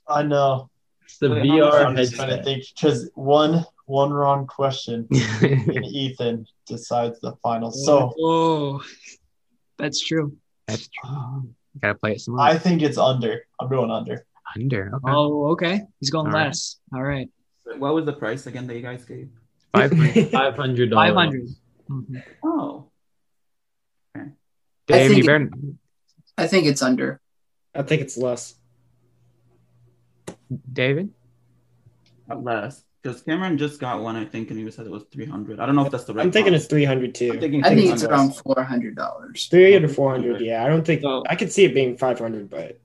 [SPEAKER 4] I know.
[SPEAKER 2] It's the
[SPEAKER 5] Wait, how much
[SPEAKER 2] VR
[SPEAKER 4] I'm just trying to
[SPEAKER 2] headset.
[SPEAKER 4] think because one one wrong question and Ethan decides the final. So
[SPEAKER 1] whoa, Oh, that's true.
[SPEAKER 3] That's true. Gotta play it some more.
[SPEAKER 4] I think it's under. I'm going under.
[SPEAKER 3] Under. Okay.
[SPEAKER 1] Oh, okay, he's going
[SPEAKER 3] All right.
[SPEAKER 1] less. All right,
[SPEAKER 5] What was the price again that you guys gave?
[SPEAKER 3] Five
[SPEAKER 2] $500.
[SPEAKER 1] five hundred. Mhm.
[SPEAKER 5] Oh,
[SPEAKER 3] Dave,
[SPEAKER 6] think
[SPEAKER 3] you
[SPEAKER 6] it-
[SPEAKER 3] better,
[SPEAKER 6] I think it's under.
[SPEAKER 7] I think it's less.
[SPEAKER 3] David?
[SPEAKER 5] less. Because Cameron just got one, I think, and he said it was three hundred. I don't know if that's the right.
[SPEAKER 7] I'm thinking
[SPEAKER 5] one.
[SPEAKER 7] it's 300
[SPEAKER 5] I'm
[SPEAKER 7] too.
[SPEAKER 5] thinking
[SPEAKER 6] I think it's
[SPEAKER 5] 300.
[SPEAKER 6] around four hundred dollars.
[SPEAKER 7] 300 or 400. Yeah, I don't think
[SPEAKER 1] So-
[SPEAKER 7] I could see it being 500, but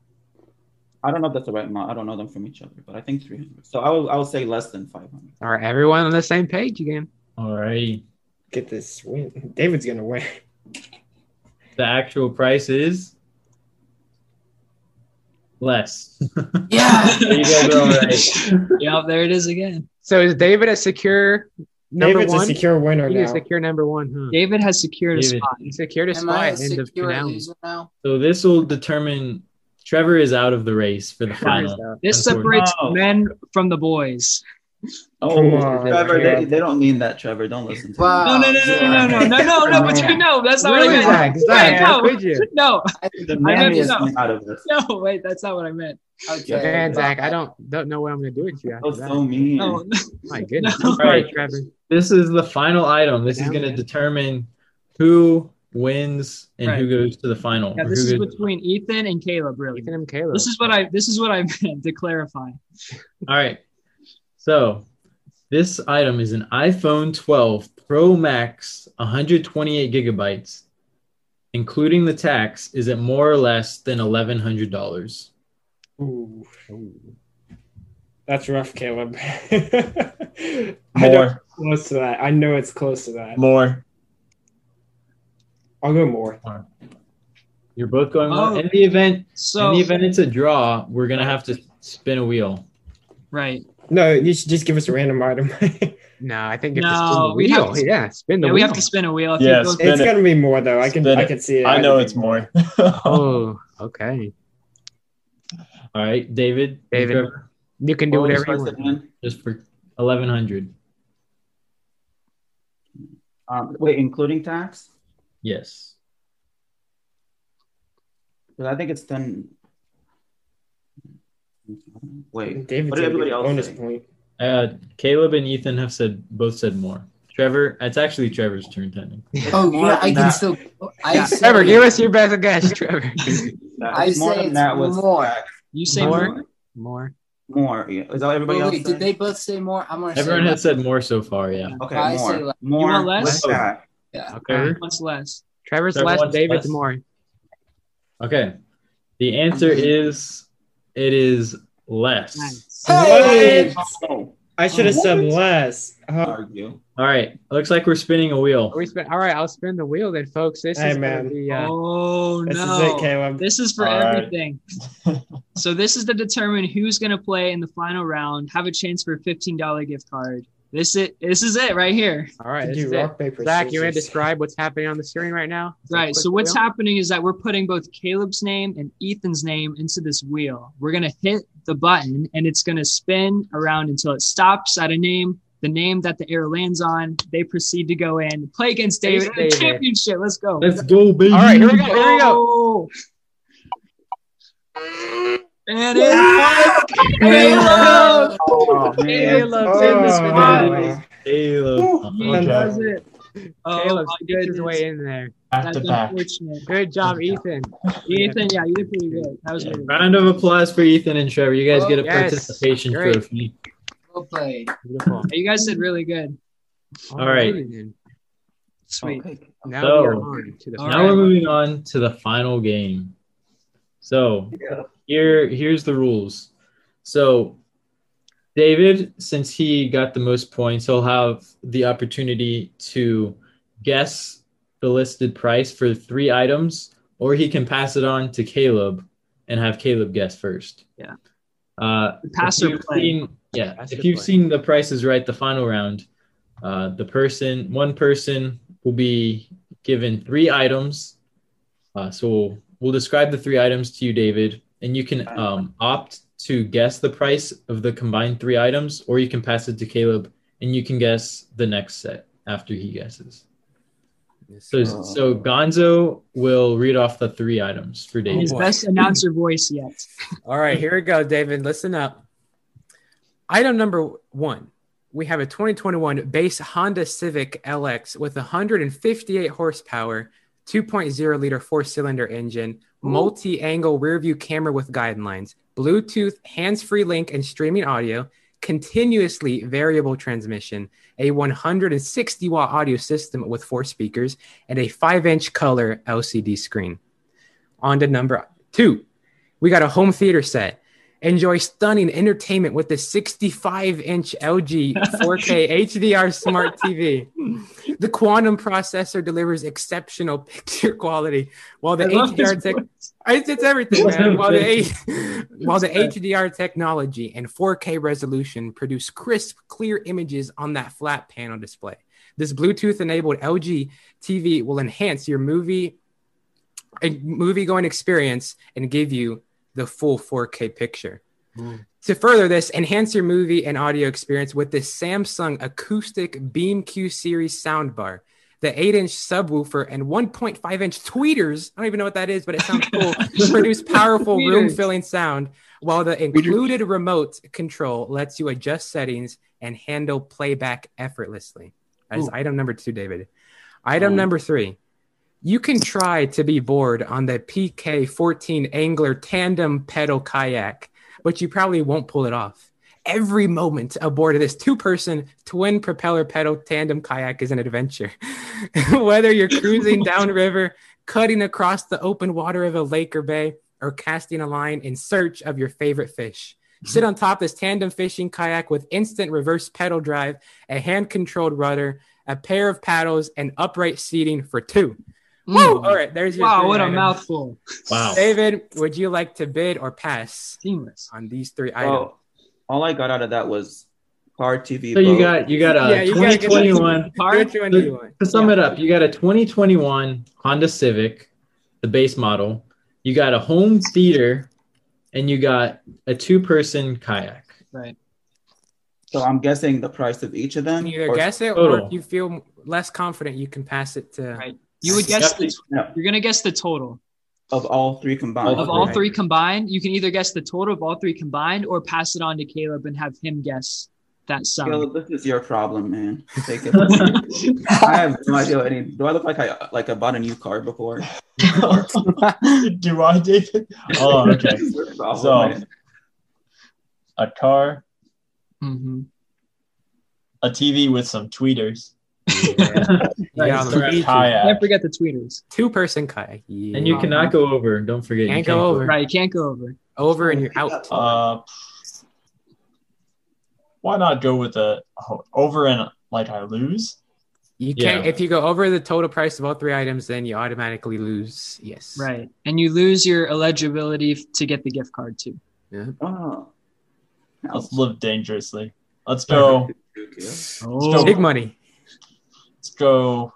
[SPEAKER 5] I don't know if that's the right amount. I don't know them from each other, but I think three hundred. So I will. I will say less than five hundred.
[SPEAKER 3] All right, everyone on the same page again.
[SPEAKER 2] All right.
[SPEAKER 7] get this win. David's gonna win.
[SPEAKER 2] The actual price is less.
[SPEAKER 6] Yeah.
[SPEAKER 2] you guys are all right.
[SPEAKER 1] yeah, there it is again.
[SPEAKER 3] So is David a secure number
[SPEAKER 7] David's
[SPEAKER 3] one?
[SPEAKER 7] a secure winner
[SPEAKER 3] He's a
[SPEAKER 7] now.
[SPEAKER 3] secure number one, huh?
[SPEAKER 1] David has secured
[SPEAKER 2] David.
[SPEAKER 1] a spot.
[SPEAKER 3] He secured a
[SPEAKER 6] Am I a
[SPEAKER 3] spot in the
[SPEAKER 6] secure
[SPEAKER 3] finale.
[SPEAKER 6] loser now?
[SPEAKER 2] So this will determine Trevor is out of the race for the
[SPEAKER 3] Trevor's
[SPEAKER 2] final.
[SPEAKER 3] out.
[SPEAKER 1] This
[SPEAKER 2] That's what-
[SPEAKER 1] separates
[SPEAKER 5] Oh.
[SPEAKER 1] men from the boys.
[SPEAKER 7] Come
[SPEAKER 5] Oh,
[SPEAKER 7] on,
[SPEAKER 5] Trevor, they,
[SPEAKER 7] Caleb.
[SPEAKER 5] they don't mean that. Trevor, don't listen to
[SPEAKER 6] Wow.
[SPEAKER 1] No, no, no, no, no, Oh, no, no, no, no, but you know that's not
[SPEAKER 3] Really,
[SPEAKER 1] what I
[SPEAKER 3] Zach?
[SPEAKER 1] meant.
[SPEAKER 3] Zach, how
[SPEAKER 1] Wait,
[SPEAKER 3] could you?
[SPEAKER 1] no,
[SPEAKER 6] I
[SPEAKER 5] me.
[SPEAKER 6] think
[SPEAKER 5] The
[SPEAKER 1] I
[SPEAKER 5] man
[SPEAKER 1] never
[SPEAKER 5] is
[SPEAKER 1] know.
[SPEAKER 5] out of this.
[SPEAKER 1] no, no, wait, that's not what I meant.
[SPEAKER 6] okay.
[SPEAKER 5] Yeah,
[SPEAKER 3] Man, Zach, I don't don't know what I'm gonna do with you
[SPEAKER 5] Oh,
[SPEAKER 3] after that.
[SPEAKER 5] so mean.
[SPEAKER 1] No,
[SPEAKER 3] My goodness.
[SPEAKER 1] No.
[SPEAKER 3] All right, Trevor.
[SPEAKER 2] This is the final item. This is going to determine who wins and
[SPEAKER 1] Right.
[SPEAKER 2] who goes to the final.
[SPEAKER 1] Yeah,
[SPEAKER 2] or
[SPEAKER 1] this
[SPEAKER 2] who
[SPEAKER 1] is
[SPEAKER 2] goes-
[SPEAKER 1] between Ethan and Caleb, really.
[SPEAKER 3] Ethan and Caleb.
[SPEAKER 1] This is what I this is what I meant to clarify.
[SPEAKER 2] All right. So this item is an iPhone 12 Pro Max, 128 gigabytes, including the tax. Is it more or less than $1,100?
[SPEAKER 7] Ooh. That's rough, Caleb. I know it's
[SPEAKER 4] More,
[SPEAKER 7] close to that. I know it's close to that.
[SPEAKER 4] more.
[SPEAKER 7] I'll go more.
[SPEAKER 2] You're both going.
[SPEAKER 1] Oh.
[SPEAKER 2] more In the event, in
[SPEAKER 1] So
[SPEAKER 2] the event it's a draw, we're gonna have to spin a wheel.
[SPEAKER 1] right.
[SPEAKER 7] No, you should just give us a random item. it's
[SPEAKER 3] no, I think if
[SPEAKER 1] No,
[SPEAKER 3] it's spin the
[SPEAKER 1] we'd have
[SPEAKER 3] wheel,
[SPEAKER 1] to-
[SPEAKER 3] yeah, spin the
[SPEAKER 1] Yeah,
[SPEAKER 3] wheel.
[SPEAKER 1] we have to spin a wheel. If you
[SPEAKER 4] Yes.
[SPEAKER 1] go-
[SPEAKER 4] Spin it.
[SPEAKER 7] gonna be more though. I can
[SPEAKER 4] Spin
[SPEAKER 7] I
[SPEAKER 4] it.
[SPEAKER 7] can see it.
[SPEAKER 4] I know
[SPEAKER 7] can-
[SPEAKER 4] it's more.
[SPEAKER 3] Oh, okay.
[SPEAKER 2] All right, David.
[SPEAKER 3] David.
[SPEAKER 2] Trevor,
[SPEAKER 3] You can do
[SPEAKER 2] Well,
[SPEAKER 3] whatever you
[SPEAKER 5] First
[SPEAKER 3] want.
[SPEAKER 5] event.
[SPEAKER 2] Just for 1,100.
[SPEAKER 5] Um, wait, including tax?
[SPEAKER 2] Yes.
[SPEAKER 5] Because I think it's ten. Wait,
[SPEAKER 7] David's gonna
[SPEAKER 5] What did
[SPEAKER 7] get
[SPEAKER 5] everybody
[SPEAKER 7] a
[SPEAKER 5] else
[SPEAKER 7] bonus
[SPEAKER 5] say?
[SPEAKER 7] point.
[SPEAKER 2] Uh, Caleb and Ethan have said both said more. Trevor, it's actually Trevor's turn technically.
[SPEAKER 6] Oh, you
[SPEAKER 5] more
[SPEAKER 6] know,
[SPEAKER 5] than
[SPEAKER 6] I can
[SPEAKER 5] that.
[SPEAKER 6] still. I say,
[SPEAKER 3] Trevor, give us your best guess, Trevor.
[SPEAKER 6] I
[SPEAKER 5] It's more
[SPEAKER 6] say
[SPEAKER 5] than
[SPEAKER 6] it's
[SPEAKER 5] that was
[SPEAKER 6] more.
[SPEAKER 5] tax.
[SPEAKER 1] you say
[SPEAKER 3] More?
[SPEAKER 1] more?
[SPEAKER 3] More.
[SPEAKER 5] More. yeah. Is that what everybody
[SPEAKER 6] Wait,
[SPEAKER 5] else?
[SPEAKER 6] wait,
[SPEAKER 5] said?
[SPEAKER 6] did they both say more? I'm gonna.
[SPEAKER 2] Everyone
[SPEAKER 6] say
[SPEAKER 2] has said more so far, yeah.
[SPEAKER 5] Okay,
[SPEAKER 6] I
[SPEAKER 5] more.
[SPEAKER 6] say less.
[SPEAKER 5] More.
[SPEAKER 1] You want less?
[SPEAKER 5] with that.
[SPEAKER 3] Okay.
[SPEAKER 1] What's less?
[SPEAKER 3] Uh, Trevor's
[SPEAKER 2] Trevor
[SPEAKER 3] last,
[SPEAKER 2] wants
[SPEAKER 3] David's
[SPEAKER 2] less.
[SPEAKER 3] more.
[SPEAKER 2] Okay. The answer is it is less.
[SPEAKER 1] Nice.
[SPEAKER 6] Hey!
[SPEAKER 7] What?
[SPEAKER 5] Oh,
[SPEAKER 7] I should have said
[SPEAKER 5] What?
[SPEAKER 7] less. Oh,
[SPEAKER 5] argue.
[SPEAKER 2] All right. Looks like we're spinning a wheel.
[SPEAKER 3] Are we spin- All right, I'll spin the wheel then, folks. This
[SPEAKER 7] Hey,
[SPEAKER 3] is
[SPEAKER 7] man.
[SPEAKER 3] gonna be, uh,
[SPEAKER 1] Oh
[SPEAKER 7] this
[SPEAKER 1] no.
[SPEAKER 7] is it, Caleb.
[SPEAKER 1] This is for
[SPEAKER 4] All right.
[SPEAKER 1] everything. so this is to determine who's going to play in the final round, have a chance for a $15 gift card. This it this is it right here.
[SPEAKER 3] all right.
[SPEAKER 7] Could
[SPEAKER 3] This
[SPEAKER 7] you
[SPEAKER 3] is it.
[SPEAKER 7] rock paper
[SPEAKER 3] Zach, you want to
[SPEAKER 7] scissors?
[SPEAKER 3] describe what's happening on the screen right now?
[SPEAKER 1] Right. So what's happening is that we're putting both Caleb's name and Ethan's name into this wheel. We're gonna hit the button and it's gonna spin around until it stops at a name. The name that the air lands on, they proceed to go in, play against
[SPEAKER 3] Thanks,
[SPEAKER 1] David, in the
[SPEAKER 3] David.
[SPEAKER 1] championship. Let's go.
[SPEAKER 2] Let's go, baby.
[SPEAKER 3] All right, here we go. Here we go.
[SPEAKER 1] Oh. And it's Caleb.
[SPEAKER 5] Oh, man.
[SPEAKER 3] Caleb's in the spot.
[SPEAKER 7] Oh,
[SPEAKER 2] Caleb.
[SPEAKER 5] Nice.
[SPEAKER 1] He
[SPEAKER 4] Okay.
[SPEAKER 1] does it. Oh,
[SPEAKER 3] Caleb
[SPEAKER 1] my
[SPEAKER 3] sneaks his
[SPEAKER 1] goodness.
[SPEAKER 3] way in there.
[SPEAKER 4] Back
[SPEAKER 1] That's
[SPEAKER 4] to back.
[SPEAKER 1] unfortunate.
[SPEAKER 3] Good job, Ethan.
[SPEAKER 1] Ethan, yeah, you did pretty good. That was
[SPEAKER 2] Yeah,
[SPEAKER 1] really good.
[SPEAKER 2] Round of applause for Ethan and Trevor. You guys get a
[SPEAKER 3] Oh, Yes.
[SPEAKER 2] participation
[SPEAKER 3] Great.
[SPEAKER 2] trophy.
[SPEAKER 6] Well played.
[SPEAKER 3] Beautiful.
[SPEAKER 1] You guys did really good.
[SPEAKER 2] All right.
[SPEAKER 3] Alrighty then.
[SPEAKER 1] Sweet.
[SPEAKER 3] Now
[SPEAKER 2] So,
[SPEAKER 3] we are on to the
[SPEAKER 1] all
[SPEAKER 2] now
[SPEAKER 1] right.
[SPEAKER 2] we're moving on to the final game. So here here's the rules. So David, since he got the most points, he'll have the opportunity to guess the listed price for three items, or he can pass it on to Caleb and have Caleb guess first.
[SPEAKER 1] Yeah.
[SPEAKER 2] Uh,
[SPEAKER 1] Pass
[SPEAKER 2] if
[SPEAKER 1] or
[SPEAKER 2] you've
[SPEAKER 1] play.
[SPEAKER 2] seen- yeah.
[SPEAKER 3] Pass
[SPEAKER 2] If
[SPEAKER 3] or
[SPEAKER 2] you've
[SPEAKER 3] play.
[SPEAKER 2] seen the prices right, the final round, uh, the person, one person will be given three items. Uh, so we'll, we'll describe the three items to you, David, and you can um, opt to guess the price of the combined three items, or you can pass it to Caleb and you can guess the next set after he guesses. So, so Gonzo will read off the three items for David.
[SPEAKER 1] His
[SPEAKER 3] boy.
[SPEAKER 1] best announcer voice yet.
[SPEAKER 3] All right, here we go, David. Listen up. Item number one. We have a 2021 base Honda Civic LX with 158 horsepower, 2.0 liter four cylinder engine, multi angle rear view camera with guidelines, Bluetooth, hands free link, and streaming audio, continuously variable transmission, a 160 watt audio system with four speakers, and a five inch color LCD screen. On to number two. We got a home theater set. Enjoy stunning entertainment with the 65 inch LG 4K HDR smart TV. The quantum processor delivers exceptional picture quality, while
[SPEAKER 1] I
[SPEAKER 3] the
[SPEAKER 1] love his
[SPEAKER 3] HDR tech. It's, it's everything, man. While the, H- while the
[SPEAKER 1] It's
[SPEAKER 3] HDR technology and 4K resolution produce crisp, clear images on that flat panel display. This Bluetooth enabled LG TV will enhance your movie and movie going experience and give you the full 4K picture. To further this, enhance your movie and audio experience with the Samsung acoustic BeamQ series soundbar, the 8 inch subwoofer, and 1.5 inch tweeters. I don't even know what that is, but it sounds cool. produce powerful
[SPEAKER 1] Tweeters.
[SPEAKER 3] room filling sound, while the included remote control lets you adjust settings and handle playback effortlessly. That is
[SPEAKER 1] Ooh.
[SPEAKER 3] item number two, David. Item number three You can try to be bored on the PK14 Angler tandem pedal kayak, but you probably won't pull it off. Every moment aboard of this two person, twin propeller pedal tandem kayak is an adventure. Whether you're cruising downriver, cutting across the open water of a lake or bay, or casting a line in search of your favorite fish.
[SPEAKER 1] Mm-hmm.
[SPEAKER 3] Sit on top this tandem fishing kayak with instant reverse pedal drive, a hand controlled rudder, a pair of paddles, and upright seating for two. Woo!
[SPEAKER 1] Oh,
[SPEAKER 3] All right, there's your.
[SPEAKER 1] Mm. Wow,
[SPEAKER 3] three
[SPEAKER 1] what a
[SPEAKER 3] items.
[SPEAKER 1] mouthful.
[SPEAKER 2] Wow.
[SPEAKER 3] David, would you like to bid or pass
[SPEAKER 1] Seamless.
[SPEAKER 3] on these three items?
[SPEAKER 5] Oh, all I got out of that was car TV.
[SPEAKER 2] So you
[SPEAKER 5] boat.
[SPEAKER 2] got you got uh,
[SPEAKER 3] Yeah,
[SPEAKER 2] a
[SPEAKER 3] you gotta get-
[SPEAKER 2] 2021.
[SPEAKER 3] Which one do you want?
[SPEAKER 2] To sum it up, you got a 2021 Honda Civic, the base model. You got a home theater, and you got a two-person kayak.
[SPEAKER 1] Right.
[SPEAKER 5] So I'm guessing the price of each of them.
[SPEAKER 3] You either
[SPEAKER 5] or-
[SPEAKER 3] guess it, or
[SPEAKER 2] total.
[SPEAKER 3] if you feel less confident, you can pass it to.
[SPEAKER 1] Right. You would guess the,
[SPEAKER 5] No,
[SPEAKER 1] you're gonna guess the total
[SPEAKER 5] of all three combined.
[SPEAKER 1] of all three combined. You can either guess the total of all three combined or pass it on to Caleb and have him guess that sum.
[SPEAKER 5] Caleb, this is your problem, man. Take it. I have no idea what any. Do I look like I like I bought a new car before?
[SPEAKER 4] Do I, David? Oh, okay.
[SPEAKER 5] Your problem,
[SPEAKER 4] So-
[SPEAKER 5] man.
[SPEAKER 4] A car,
[SPEAKER 1] hmm
[SPEAKER 4] a TV with some tweeters,
[SPEAKER 3] Yeah,
[SPEAKER 2] Nice.
[SPEAKER 1] Can't
[SPEAKER 4] kayak.
[SPEAKER 1] forget the tweeters.
[SPEAKER 3] Two person kayak. Yeah.
[SPEAKER 2] And you cannot go over. Don't forget. you
[SPEAKER 3] Can't go over.
[SPEAKER 1] Right, can't go over.
[SPEAKER 3] over and you're out.
[SPEAKER 4] Uh, why not go with a oh, over and like I lose?
[SPEAKER 3] You can't
[SPEAKER 2] Yeah.
[SPEAKER 3] if you go over the total price of all three items, then you automatically lose. Yes.
[SPEAKER 1] Right, and you lose your eligibility f- to get the gift card too.
[SPEAKER 5] Oh.
[SPEAKER 4] Let's live dangerously. Let's go.
[SPEAKER 3] So big money.
[SPEAKER 4] Let's go.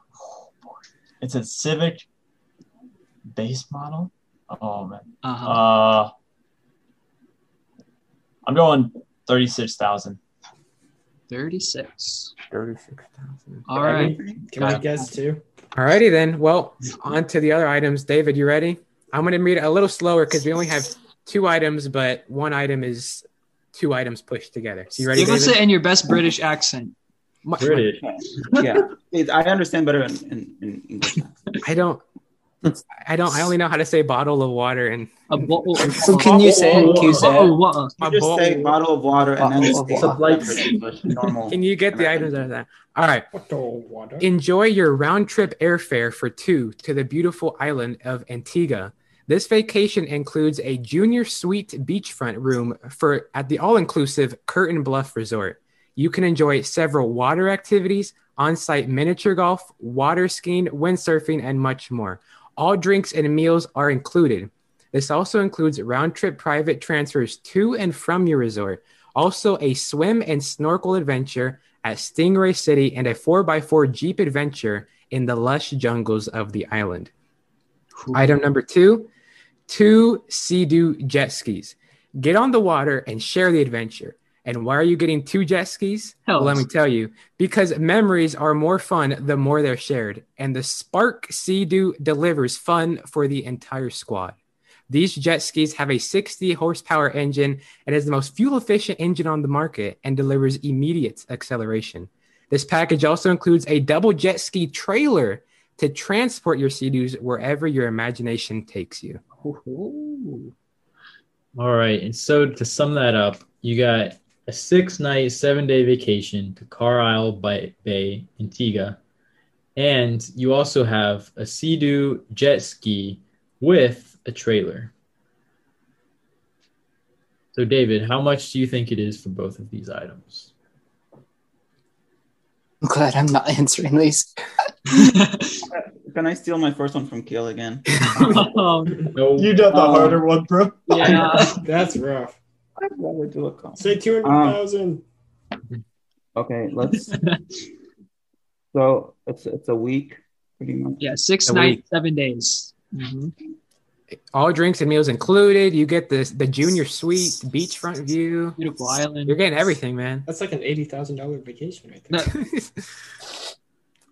[SPEAKER 4] It's a Civic base model. Oh man.
[SPEAKER 1] Uh-huh.
[SPEAKER 4] Uh, I'm going thirty-six thousand.
[SPEAKER 1] Thirty-six.
[SPEAKER 4] Thirty-six.
[SPEAKER 1] All right.
[SPEAKER 7] Can I guess too?
[SPEAKER 3] Alrighty then. Well, on to the other items. David, you ready? I'm gonna read it a little slower because we only have two items, but one item is two items pushed together. So you ready,
[SPEAKER 1] Give us
[SPEAKER 3] David?
[SPEAKER 1] it in your best British accent.
[SPEAKER 3] My-
[SPEAKER 2] British.
[SPEAKER 5] yeah, it, I understand better in, in, in English.
[SPEAKER 3] I don't I don't I only know how to say bottle of water and
[SPEAKER 1] A bottle.
[SPEAKER 6] So can you say it? Can you say
[SPEAKER 1] Oh,
[SPEAKER 6] it?
[SPEAKER 1] what? a-
[SPEAKER 5] You just say bottle of water and then
[SPEAKER 6] Bottle of
[SPEAKER 5] just
[SPEAKER 6] water.
[SPEAKER 5] like English, normal.
[SPEAKER 3] can you get the items out of that? All right.
[SPEAKER 7] What the water?
[SPEAKER 3] Enjoy your round trip airfare for two to the beautiful island of Antigua. This vacation includes a junior suite beachfront room for at the all-inclusive Curtain Bluff Resort. You can enjoy several water activities, on-site miniature golf, water skiing, windsurfing, and much more. All drinks and meals are included. This also includes round-trip private transfers to and from your resort, also a swim and snorkel adventure at Stingray City and a 4x4 Jeep adventure in the lush jungles of the island. Item number two two Sea-Doo jet skis. Get on the water and share the adventure. And why are you getting two jet skis? Well, let me tell you, because memories are more fun the more they're shared, and the Spark Sea-Doo delivers fun for the entire squad. These jet skis have a 60 horsepower engine and is the most fuel efficient engine on the market and delivers immediate acceleration. This package also includes a double jet ski trailer to transport your Sea-Doos wherever your imagination takes you.
[SPEAKER 1] Oh, Ooh.
[SPEAKER 2] All right. And so to sum that up, you got a six night, seven day vacation to Carlisle Bay, Bay Antigua. And you also have a Sea-Doo jet ski with a trailer. So, David, how much do you think it is for both of these items?
[SPEAKER 6] I'm glad I'm not answering these.
[SPEAKER 5] Can I steal my first one from Keel again?
[SPEAKER 1] Oh,
[SPEAKER 2] No,
[SPEAKER 4] You got the
[SPEAKER 5] Um,
[SPEAKER 4] harder one, bro.
[SPEAKER 1] yeah.
[SPEAKER 7] That's rough.
[SPEAKER 5] I'd rather do a call.
[SPEAKER 7] Say two hundred thousand.
[SPEAKER 5] Okay, let's. so it's it's a week, pretty much.
[SPEAKER 1] Yeah. Six
[SPEAKER 3] A
[SPEAKER 1] nights,
[SPEAKER 3] week.
[SPEAKER 1] seven days. Mhm.
[SPEAKER 3] All drinks and meals included. You get the the junior suite, beachfront view.
[SPEAKER 1] Beautiful
[SPEAKER 3] You're
[SPEAKER 1] island.
[SPEAKER 3] getting everything, man.
[SPEAKER 7] That's like an eighty thousand dollar vacation right there.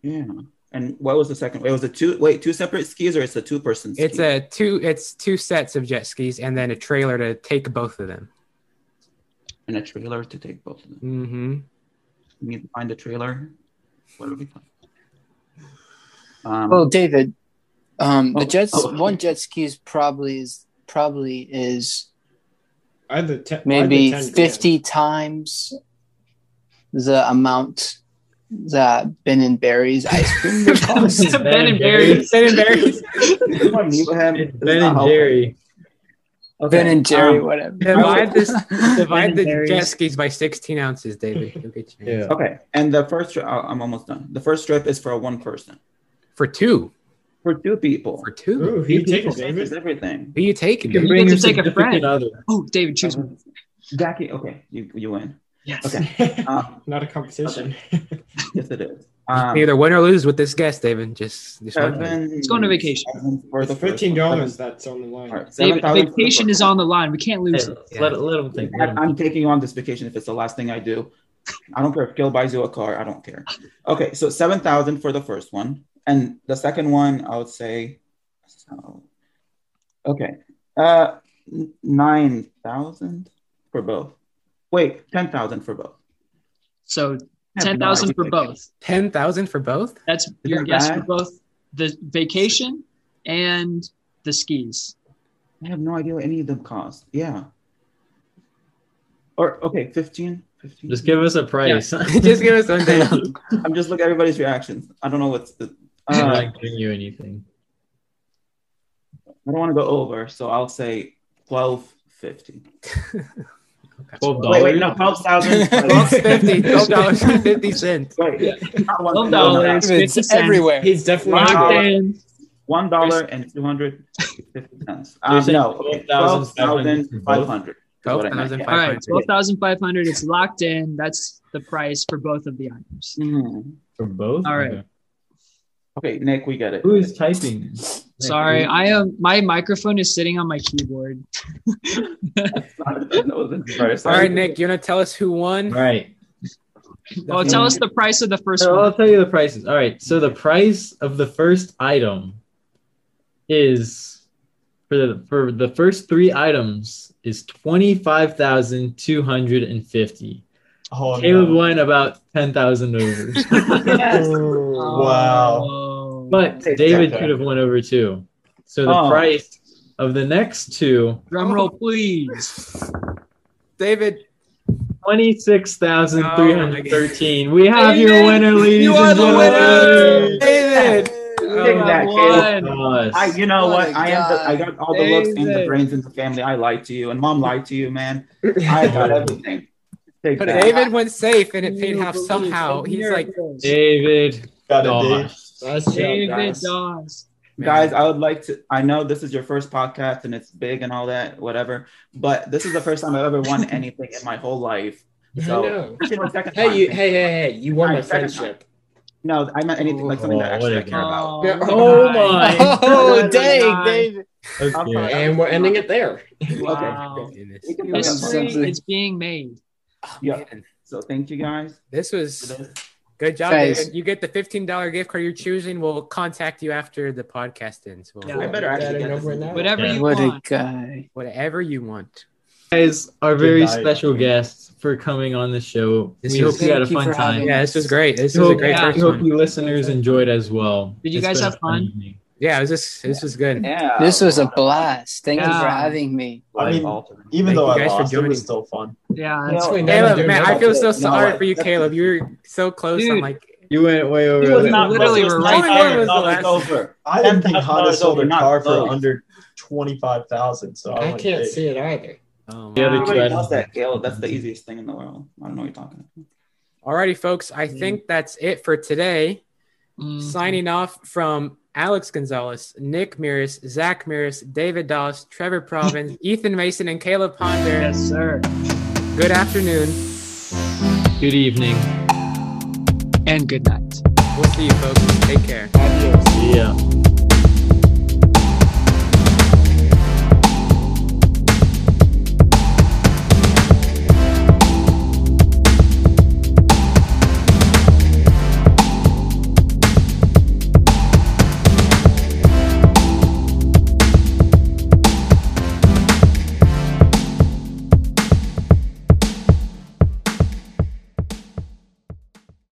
[SPEAKER 5] Yeah. And what was the second? It was a two. Wait, two separate skis, or it's a two person? Ski?
[SPEAKER 3] it's a two it's two sets of jet skis and then a trailer to take both of them.
[SPEAKER 5] and a trailer to take both of
[SPEAKER 3] Mhm.
[SPEAKER 5] them. We need to find a trailer. What are we? Find? Um,
[SPEAKER 6] Well, David, Um, the
[SPEAKER 5] Oh,
[SPEAKER 6] jets,
[SPEAKER 5] oh.
[SPEAKER 6] one jet ski is probably is probably is
[SPEAKER 7] I had the te- I had the
[SPEAKER 6] maybe
[SPEAKER 7] 10 grand.
[SPEAKER 6] fifty times the amount that Ben and Barry's ice cream would cost.
[SPEAKER 1] It's a Ben and Barry's.
[SPEAKER 3] Ben and Barry's.
[SPEAKER 5] Someone mute him.
[SPEAKER 2] It's
[SPEAKER 5] This is
[SPEAKER 2] Ben
[SPEAKER 5] not
[SPEAKER 2] and
[SPEAKER 5] helpful.
[SPEAKER 2] Jerry.
[SPEAKER 6] Ben and Jerry,
[SPEAKER 5] um,
[SPEAKER 6] whatever.
[SPEAKER 3] Divide this. Divide the
[SPEAKER 7] Barry's.
[SPEAKER 3] jet skis by 16 ounces, David. You'll get your
[SPEAKER 2] Yeah.
[SPEAKER 5] Okay, and the first trip, I'm almost done. The first trip is for one person,
[SPEAKER 3] For two.
[SPEAKER 5] for two people.
[SPEAKER 3] For two.
[SPEAKER 7] Ooh, he
[SPEAKER 5] Two
[SPEAKER 7] takes
[SPEAKER 5] people changes
[SPEAKER 7] David.
[SPEAKER 5] everything.
[SPEAKER 3] Who you taking?
[SPEAKER 1] You
[SPEAKER 2] bring
[SPEAKER 1] get to
[SPEAKER 2] your
[SPEAKER 1] take a
[SPEAKER 2] significant
[SPEAKER 1] friend.
[SPEAKER 2] other.
[SPEAKER 1] Oh, David, choose one.
[SPEAKER 5] Jackie, okay, you you win.
[SPEAKER 1] Yes.
[SPEAKER 5] Okay. Um,
[SPEAKER 7] Not a competition.
[SPEAKER 5] yes, it is. Um,
[SPEAKER 3] Either win or lose with this guest, David. Just, just one thing.
[SPEAKER 5] seven,
[SPEAKER 1] It's going on vacation.
[SPEAKER 5] seven for
[SPEAKER 7] It's
[SPEAKER 5] the first
[SPEAKER 7] fifteen dollars
[SPEAKER 5] one.
[SPEAKER 7] that's on the line.
[SPEAKER 5] All right,
[SPEAKER 1] David,
[SPEAKER 5] $7,000 for the
[SPEAKER 1] vacation
[SPEAKER 5] first
[SPEAKER 1] is on the line. We can't lose it.
[SPEAKER 2] Let, let him think.
[SPEAKER 5] I- I'm taking on this vacation if it's the last thing I do. I don't care if Gil buys you a car. I don't care. Okay, so seven thousand for the first one, and the second one I would say, so, okay, uh, nine thousand for both. Wait, ten thousand for both.
[SPEAKER 1] So
[SPEAKER 5] I have
[SPEAKER 1] ten
[SPEAKER 5] no
[SPEAKER 1] thousand
[SPEAKER 5] idea.
[SPEAKER 1] for both.
[SPEAKER 3] 10,000 for both?
[SPEAKER 1] That's your
[SPEAKER 5] that
[SPEAKER 1] guess
[SPEAKER 5] bad?
[SPEAKER 1] for both the vacation and the skis.
[SPEAKER 5] I have no idea what any of them cost. Yeah. Or okay, fifteen. 15.
[SPEAKER 2] Just give us a price.
[SPEAKER 3] just give us one day.
[SPEAKER 5] I'm just looking at everybody's reactions. I don't know what's. The,
[SPEAKER 2] I'm
[SPEAKER 5] uh,
[SPEAKER 2] not giving you anything.
[SPEAKER 5] I don't want to go over, so I'll say twelve fifty.
[SPEAKER 2] Twelve
[SPEAKER 5] Wait,
[SPEAKER 2] dollars.
[SPEAKER 5] wait, no, twelve thousand.
[SPEAKER 3] $12.50, $12.50.
[SPEAKER 1] Twelve dollars, fifty
[SPEAKER 6] It's
[SPEAKER 1] cents.
[SPEAKER 6] everywhere.
[SPEAKER 7] He's definitely
[SPEAKER 1] Locked
[SPEAKER 5] Wow.
[SPEAKER 1] in.
[SPEAKER 5] One dollar and two hundred fifty cents.
[SPEAKER 2] You're
[SPEAKER 5] Um,
[SPEAKER 2] saying
[SPEAKER 5] no, twelve thousand five hundred.
[SPEAKER 3] Twelve thousand
[SPEAKER 1] All
[SPEAKER 3] five
[SPEAKER 1] right,
[SPEAKER 3] hundred.
[SPEAKER 1] twelve thousand five hundred. It's locked in. That's the price for both of the items.
[SPEAKER 2] for both.
[SPEAKER 1] All right.
[SPEAKER 2] Okay.
[SPEAKER 5] Mm-hmm. Okay, Nick, we get it.
[SPEAKER 2] Who is typing?
[SPEAKER 1] Sorry, I am. My microphone is sitting on my keyboard. Oh,
[SPEAKER 5] That wasn't fair,
[SPEAKER 3] All
[SPEAKER 5] sorry.
[SPEAKER 3] right, Nick, you want to tell us who
[SPEAKER 2] All
[SPEAKER 3] won?
[SPEAKER 2] right.
[SPEAKER 1] Oh, tell us the price of the first
[SPEAKER 5] Oh,
[SPEAKER 2] So
[SPEAKER 1] one.
[SPEAKER 2] I'll tell you the prices. All right. So the price of the first item is for the for the first three items is twenty five thousand two hundred and fifty.
[SPEAKER 4] Oh,
[SPEAKER 2] Caleb
[SPEAKER 4] no.
[SPEAKER 2] won about ten thousand over,
[SPEAKER 5] Yes.
[SPEAKER 4] Wow.
[SPEAKER 1] Oh.
[SPEAKER 2] but
[SPEAKER 5] Hey,
[SPEAKER 2] David
[SPEAKER 5] Jack.
[SPEAKER 2] could have won over too. So the
[SPEAKER 5] Oh.
[SPEAKER 2] price of the next two
[SPEAKER 1] drum roll, please.
[SPEAKER 3] David.
[SPEAKER 2] twenty six thousand three hundred thirteen. we have your
[SPEAKER 1] David,
[SPEAKER 2] winner, ladies
[SPEAKER 1] Oh, you are
[SPEAKER 2] and
[SPEAKER 1] the
[SPEAKER 2] gentlemen.
[SPEAKER 3] David.
[SPEAKER 5] Take
[SPEAKER 1] Oh,
[SPEAKER 5] that,
[SPEAKER 1] one.
[SPEAKER 2] Yes.
[SPEAKER 5] I, you know
[SPEAKER 6] What
[SPEAKER 5] what?
[SPEAKER 6] a
[SPEAKER 5] I am. The, I
[SPEAKER 6] guy.
[SPEAKER 5] got all the looks and the
[SPEAKER 1] David.
[SPEAKER 5] brains in the family. I lied to you, and mom lied to you, man. I got everything. Take
[SPEAKER 3] But
[SPEAKER 5] that.
[SPEAKER 3] David went safe and it paid off somehow. He's like,
[SPEAKER 2] David.
[SPEAKER 4] Got
[SPEAKER 2] Daw.
[SPEAKER 4] a D.
[SPEAKER 1] David
[SPEAKER 5] guys.
[SPEAKER 1] Dawes.
[SPEAKER 5] guys i would like to i know this is your first podcast and it's big and all that whatever but this is the first time i've ever won anything in my whole life
[SPEAKER 7] I
[SPEAKER 5] so
[SPEAKER 7] know.
[SPEAKER 5] Actually, no, second time.
[SPEAKER 7] Hey, you, hey, hey, hey! You won
[SPEAKER 5] Alright,
[SPEAKER 7] my
[SPEAKER 5] second time.
[SPEAKER 7] friendship.
[SPEAKER 5] no i meant anything like something
[SPEAKER 2] Oh,
[SPEAKER 5] that
[SPEAKER 2] what
[SPEAKER 5] actually i
[SPEAKER 2] a
[SPEAKER 5] care about
[SPEAKER 1] Oh,
[SPEAKER 2] Oh
[SPEAKER 1] nice.
[SPEAKER 2] my.
[SPEAKER 6] Oh,
[SPEAKER 1] Nine.
[SPEAKER 6] dang, David.
[SPEAKER 5] Okay.
[SPEAKER 7] And we're ending it there.
[SPEAKER 3] "Oh,
[SPEAKER 1] Wow.
[SPEAKER 5] We can
[SPEAKER 6] This
[SPEAKER 5] talk
[SPEAKER 1] History
[SPEAKER 5] about that.
[SPEAKER 6] Something.
[SPEAKER 1] is being made.
[SPEAKER 5] yeah so thank you guys
[SPEAKER 3] This was good job,
[SPEAKER 6] Guys.
[SPEAKER 3] David. You get the fifteen dollar gift card you're choosing. We'll contact you after the podcast ends. We'll,
[SPEAKER 1] Yeah.
[SPEAKER 5] i better
[SPEAKER 7] That
[SPEAKER 5] actually
[SPEAKER 7] a
[SPEAKER 5] get this
[SPEAKER 7] number
[SPEAKER 5] in.
[SPEAKER 7] now?
[SPEAKER 1] Whatever
[SPEAKER 4] Yeah.
[SPEAKER 1] you
[SPEAKER 6] What a
[SPEAKER 1] want.
[SPEAKER 6] guy.
[SPEAKER 3] Whatever you want.
[SPEAKER 2] guys, our very
[SPEAKER 4] night.
[SPEAKER 2] special guests for coming on the show.
[SPEAKER 3] This
[SPEAKER 2] we
[SPEAKER 3] was-
[SPEAKER 2] hope you had a
[SPEAKER 6] Thank you
[SPEAKER 2] fun
[SPEAKER 6] for having
[SPEAKER 2] time.
[SPEAKER 6] us.
[SPEAKER 3] Yeah, this was great. This
[SPEAKER 2] We
[SPEAKER 3] was a
[SPEAKER 2] hope-
[SPEAKER 3] great
[SPEAKER 1] yeah.
[SPEAKER 2] We
[SPEAKER 3] first
[SPEAKER 2] hope
[SPEAKER 3] one.
[SPEAKER 2] you listeners enjoyed as well.
[SPEAKER 1] Did you
[SPEAKER 2] It's
[SPEAKER 1] guys
[SPEAKER 2] been a
[SPEAKER 1] have fun?
[SPEAKER 2] evening.
[SPEAKER 3] Yeah, it was just this was good.
[SPEAKER 5] yeah
[SPEAKER 6] This was a blast. Thank you for
[SPEAKER 1] Yeah.
[SPEAKER 6] having me.
[SPEAKER 4] I mean,
[SPEAKER 5] Life-altering.
[SPEAKER 4] even
[SPEAKER 3] Thank
[SPEAKER 4] though
[SPEAKER 3] you
[SPEAKER 4] I
[SPEAKER 3] guys for
[SPEAKER 4] lost, it
[SPEAKER 3] joining.
[SPEAKER 4] was still fun.
[SPEAKER 1] Yeah.
[SPEAKER 7] That's what
[SPEAKER 5] Yeah,
[SPEAKER 7] Nana
[SPEAKER 3] Caleb,
[SPEAKER 7] do
[SPEAKER 3] man, I
[SPEAKER 7] now.
[SPEAKER 3] feel so
[SPEAKER 5] You know
[SPEAKER 3] sorry
[SPEAKER 5] what?
[SPEAKER 3] for you, Caleb. You're so close. I'm
[SPEAKER 1] Dude.
[SPEAKER 3] like,
[SPEAKER 2] You went way
[SPEAKER 4] It
[SPEAKER 2] over.
[SPEAKER 4] was
[SPEAKER 2] the-
[SPEAKER 4] not
[SPEAKER 1] Literally,
[SPEAKER 4] it was
[SPEAKER 1] we're
[SPEAKER 4] not
[SPEAKER 3] right there.
[SPEAKER 4] $10,000 over. I didn't think Honda
[SPEAKER 5] $10,000
[SPEAKER 4] sold a
[SPEAKER 5] not
[SPEAKER 4] car for
[SPEAKER 5] close.
[SPEAKER 4] under twenty-five thousand. So
[SPEAKER 7] I
[SPEAKER 4] went,
[SPEAKER 7] can't
[SPEAKER 4] "Hey."
[SPEAKER 7] see it either.
[SPEAKER 3] oh,
[SPEAKER 2] The other
[SPEAKER 3] wow.
[SPEAKER 2] two
[SPEAKER 5] Everybody
[SPEAKER 2] items.
[SPEAKER 5] knows that, Gail. That's the easiest thing in the world. I don't know what you're talking about.
[SPEAKER 3] Alrighty, folks. I think that's it for today.
[SPEAKER 1] Mm.
[SPEAKER 3] Signing off from Alex Gonzalez, Nick Miris, Zach Miris, David Doss, Trevor Provins, Ethan Mason, and Caleb Ponder.
[SPEAKER 1] Yes, sir.
[SPEAKER 3] Good afternoon.
[SPEAKER 2] Good evening.
[SPEAKER 1] And good night.
[SPEAKER 3] We'll see you, folks. Take care.
[SPEAKER 2] Yeah.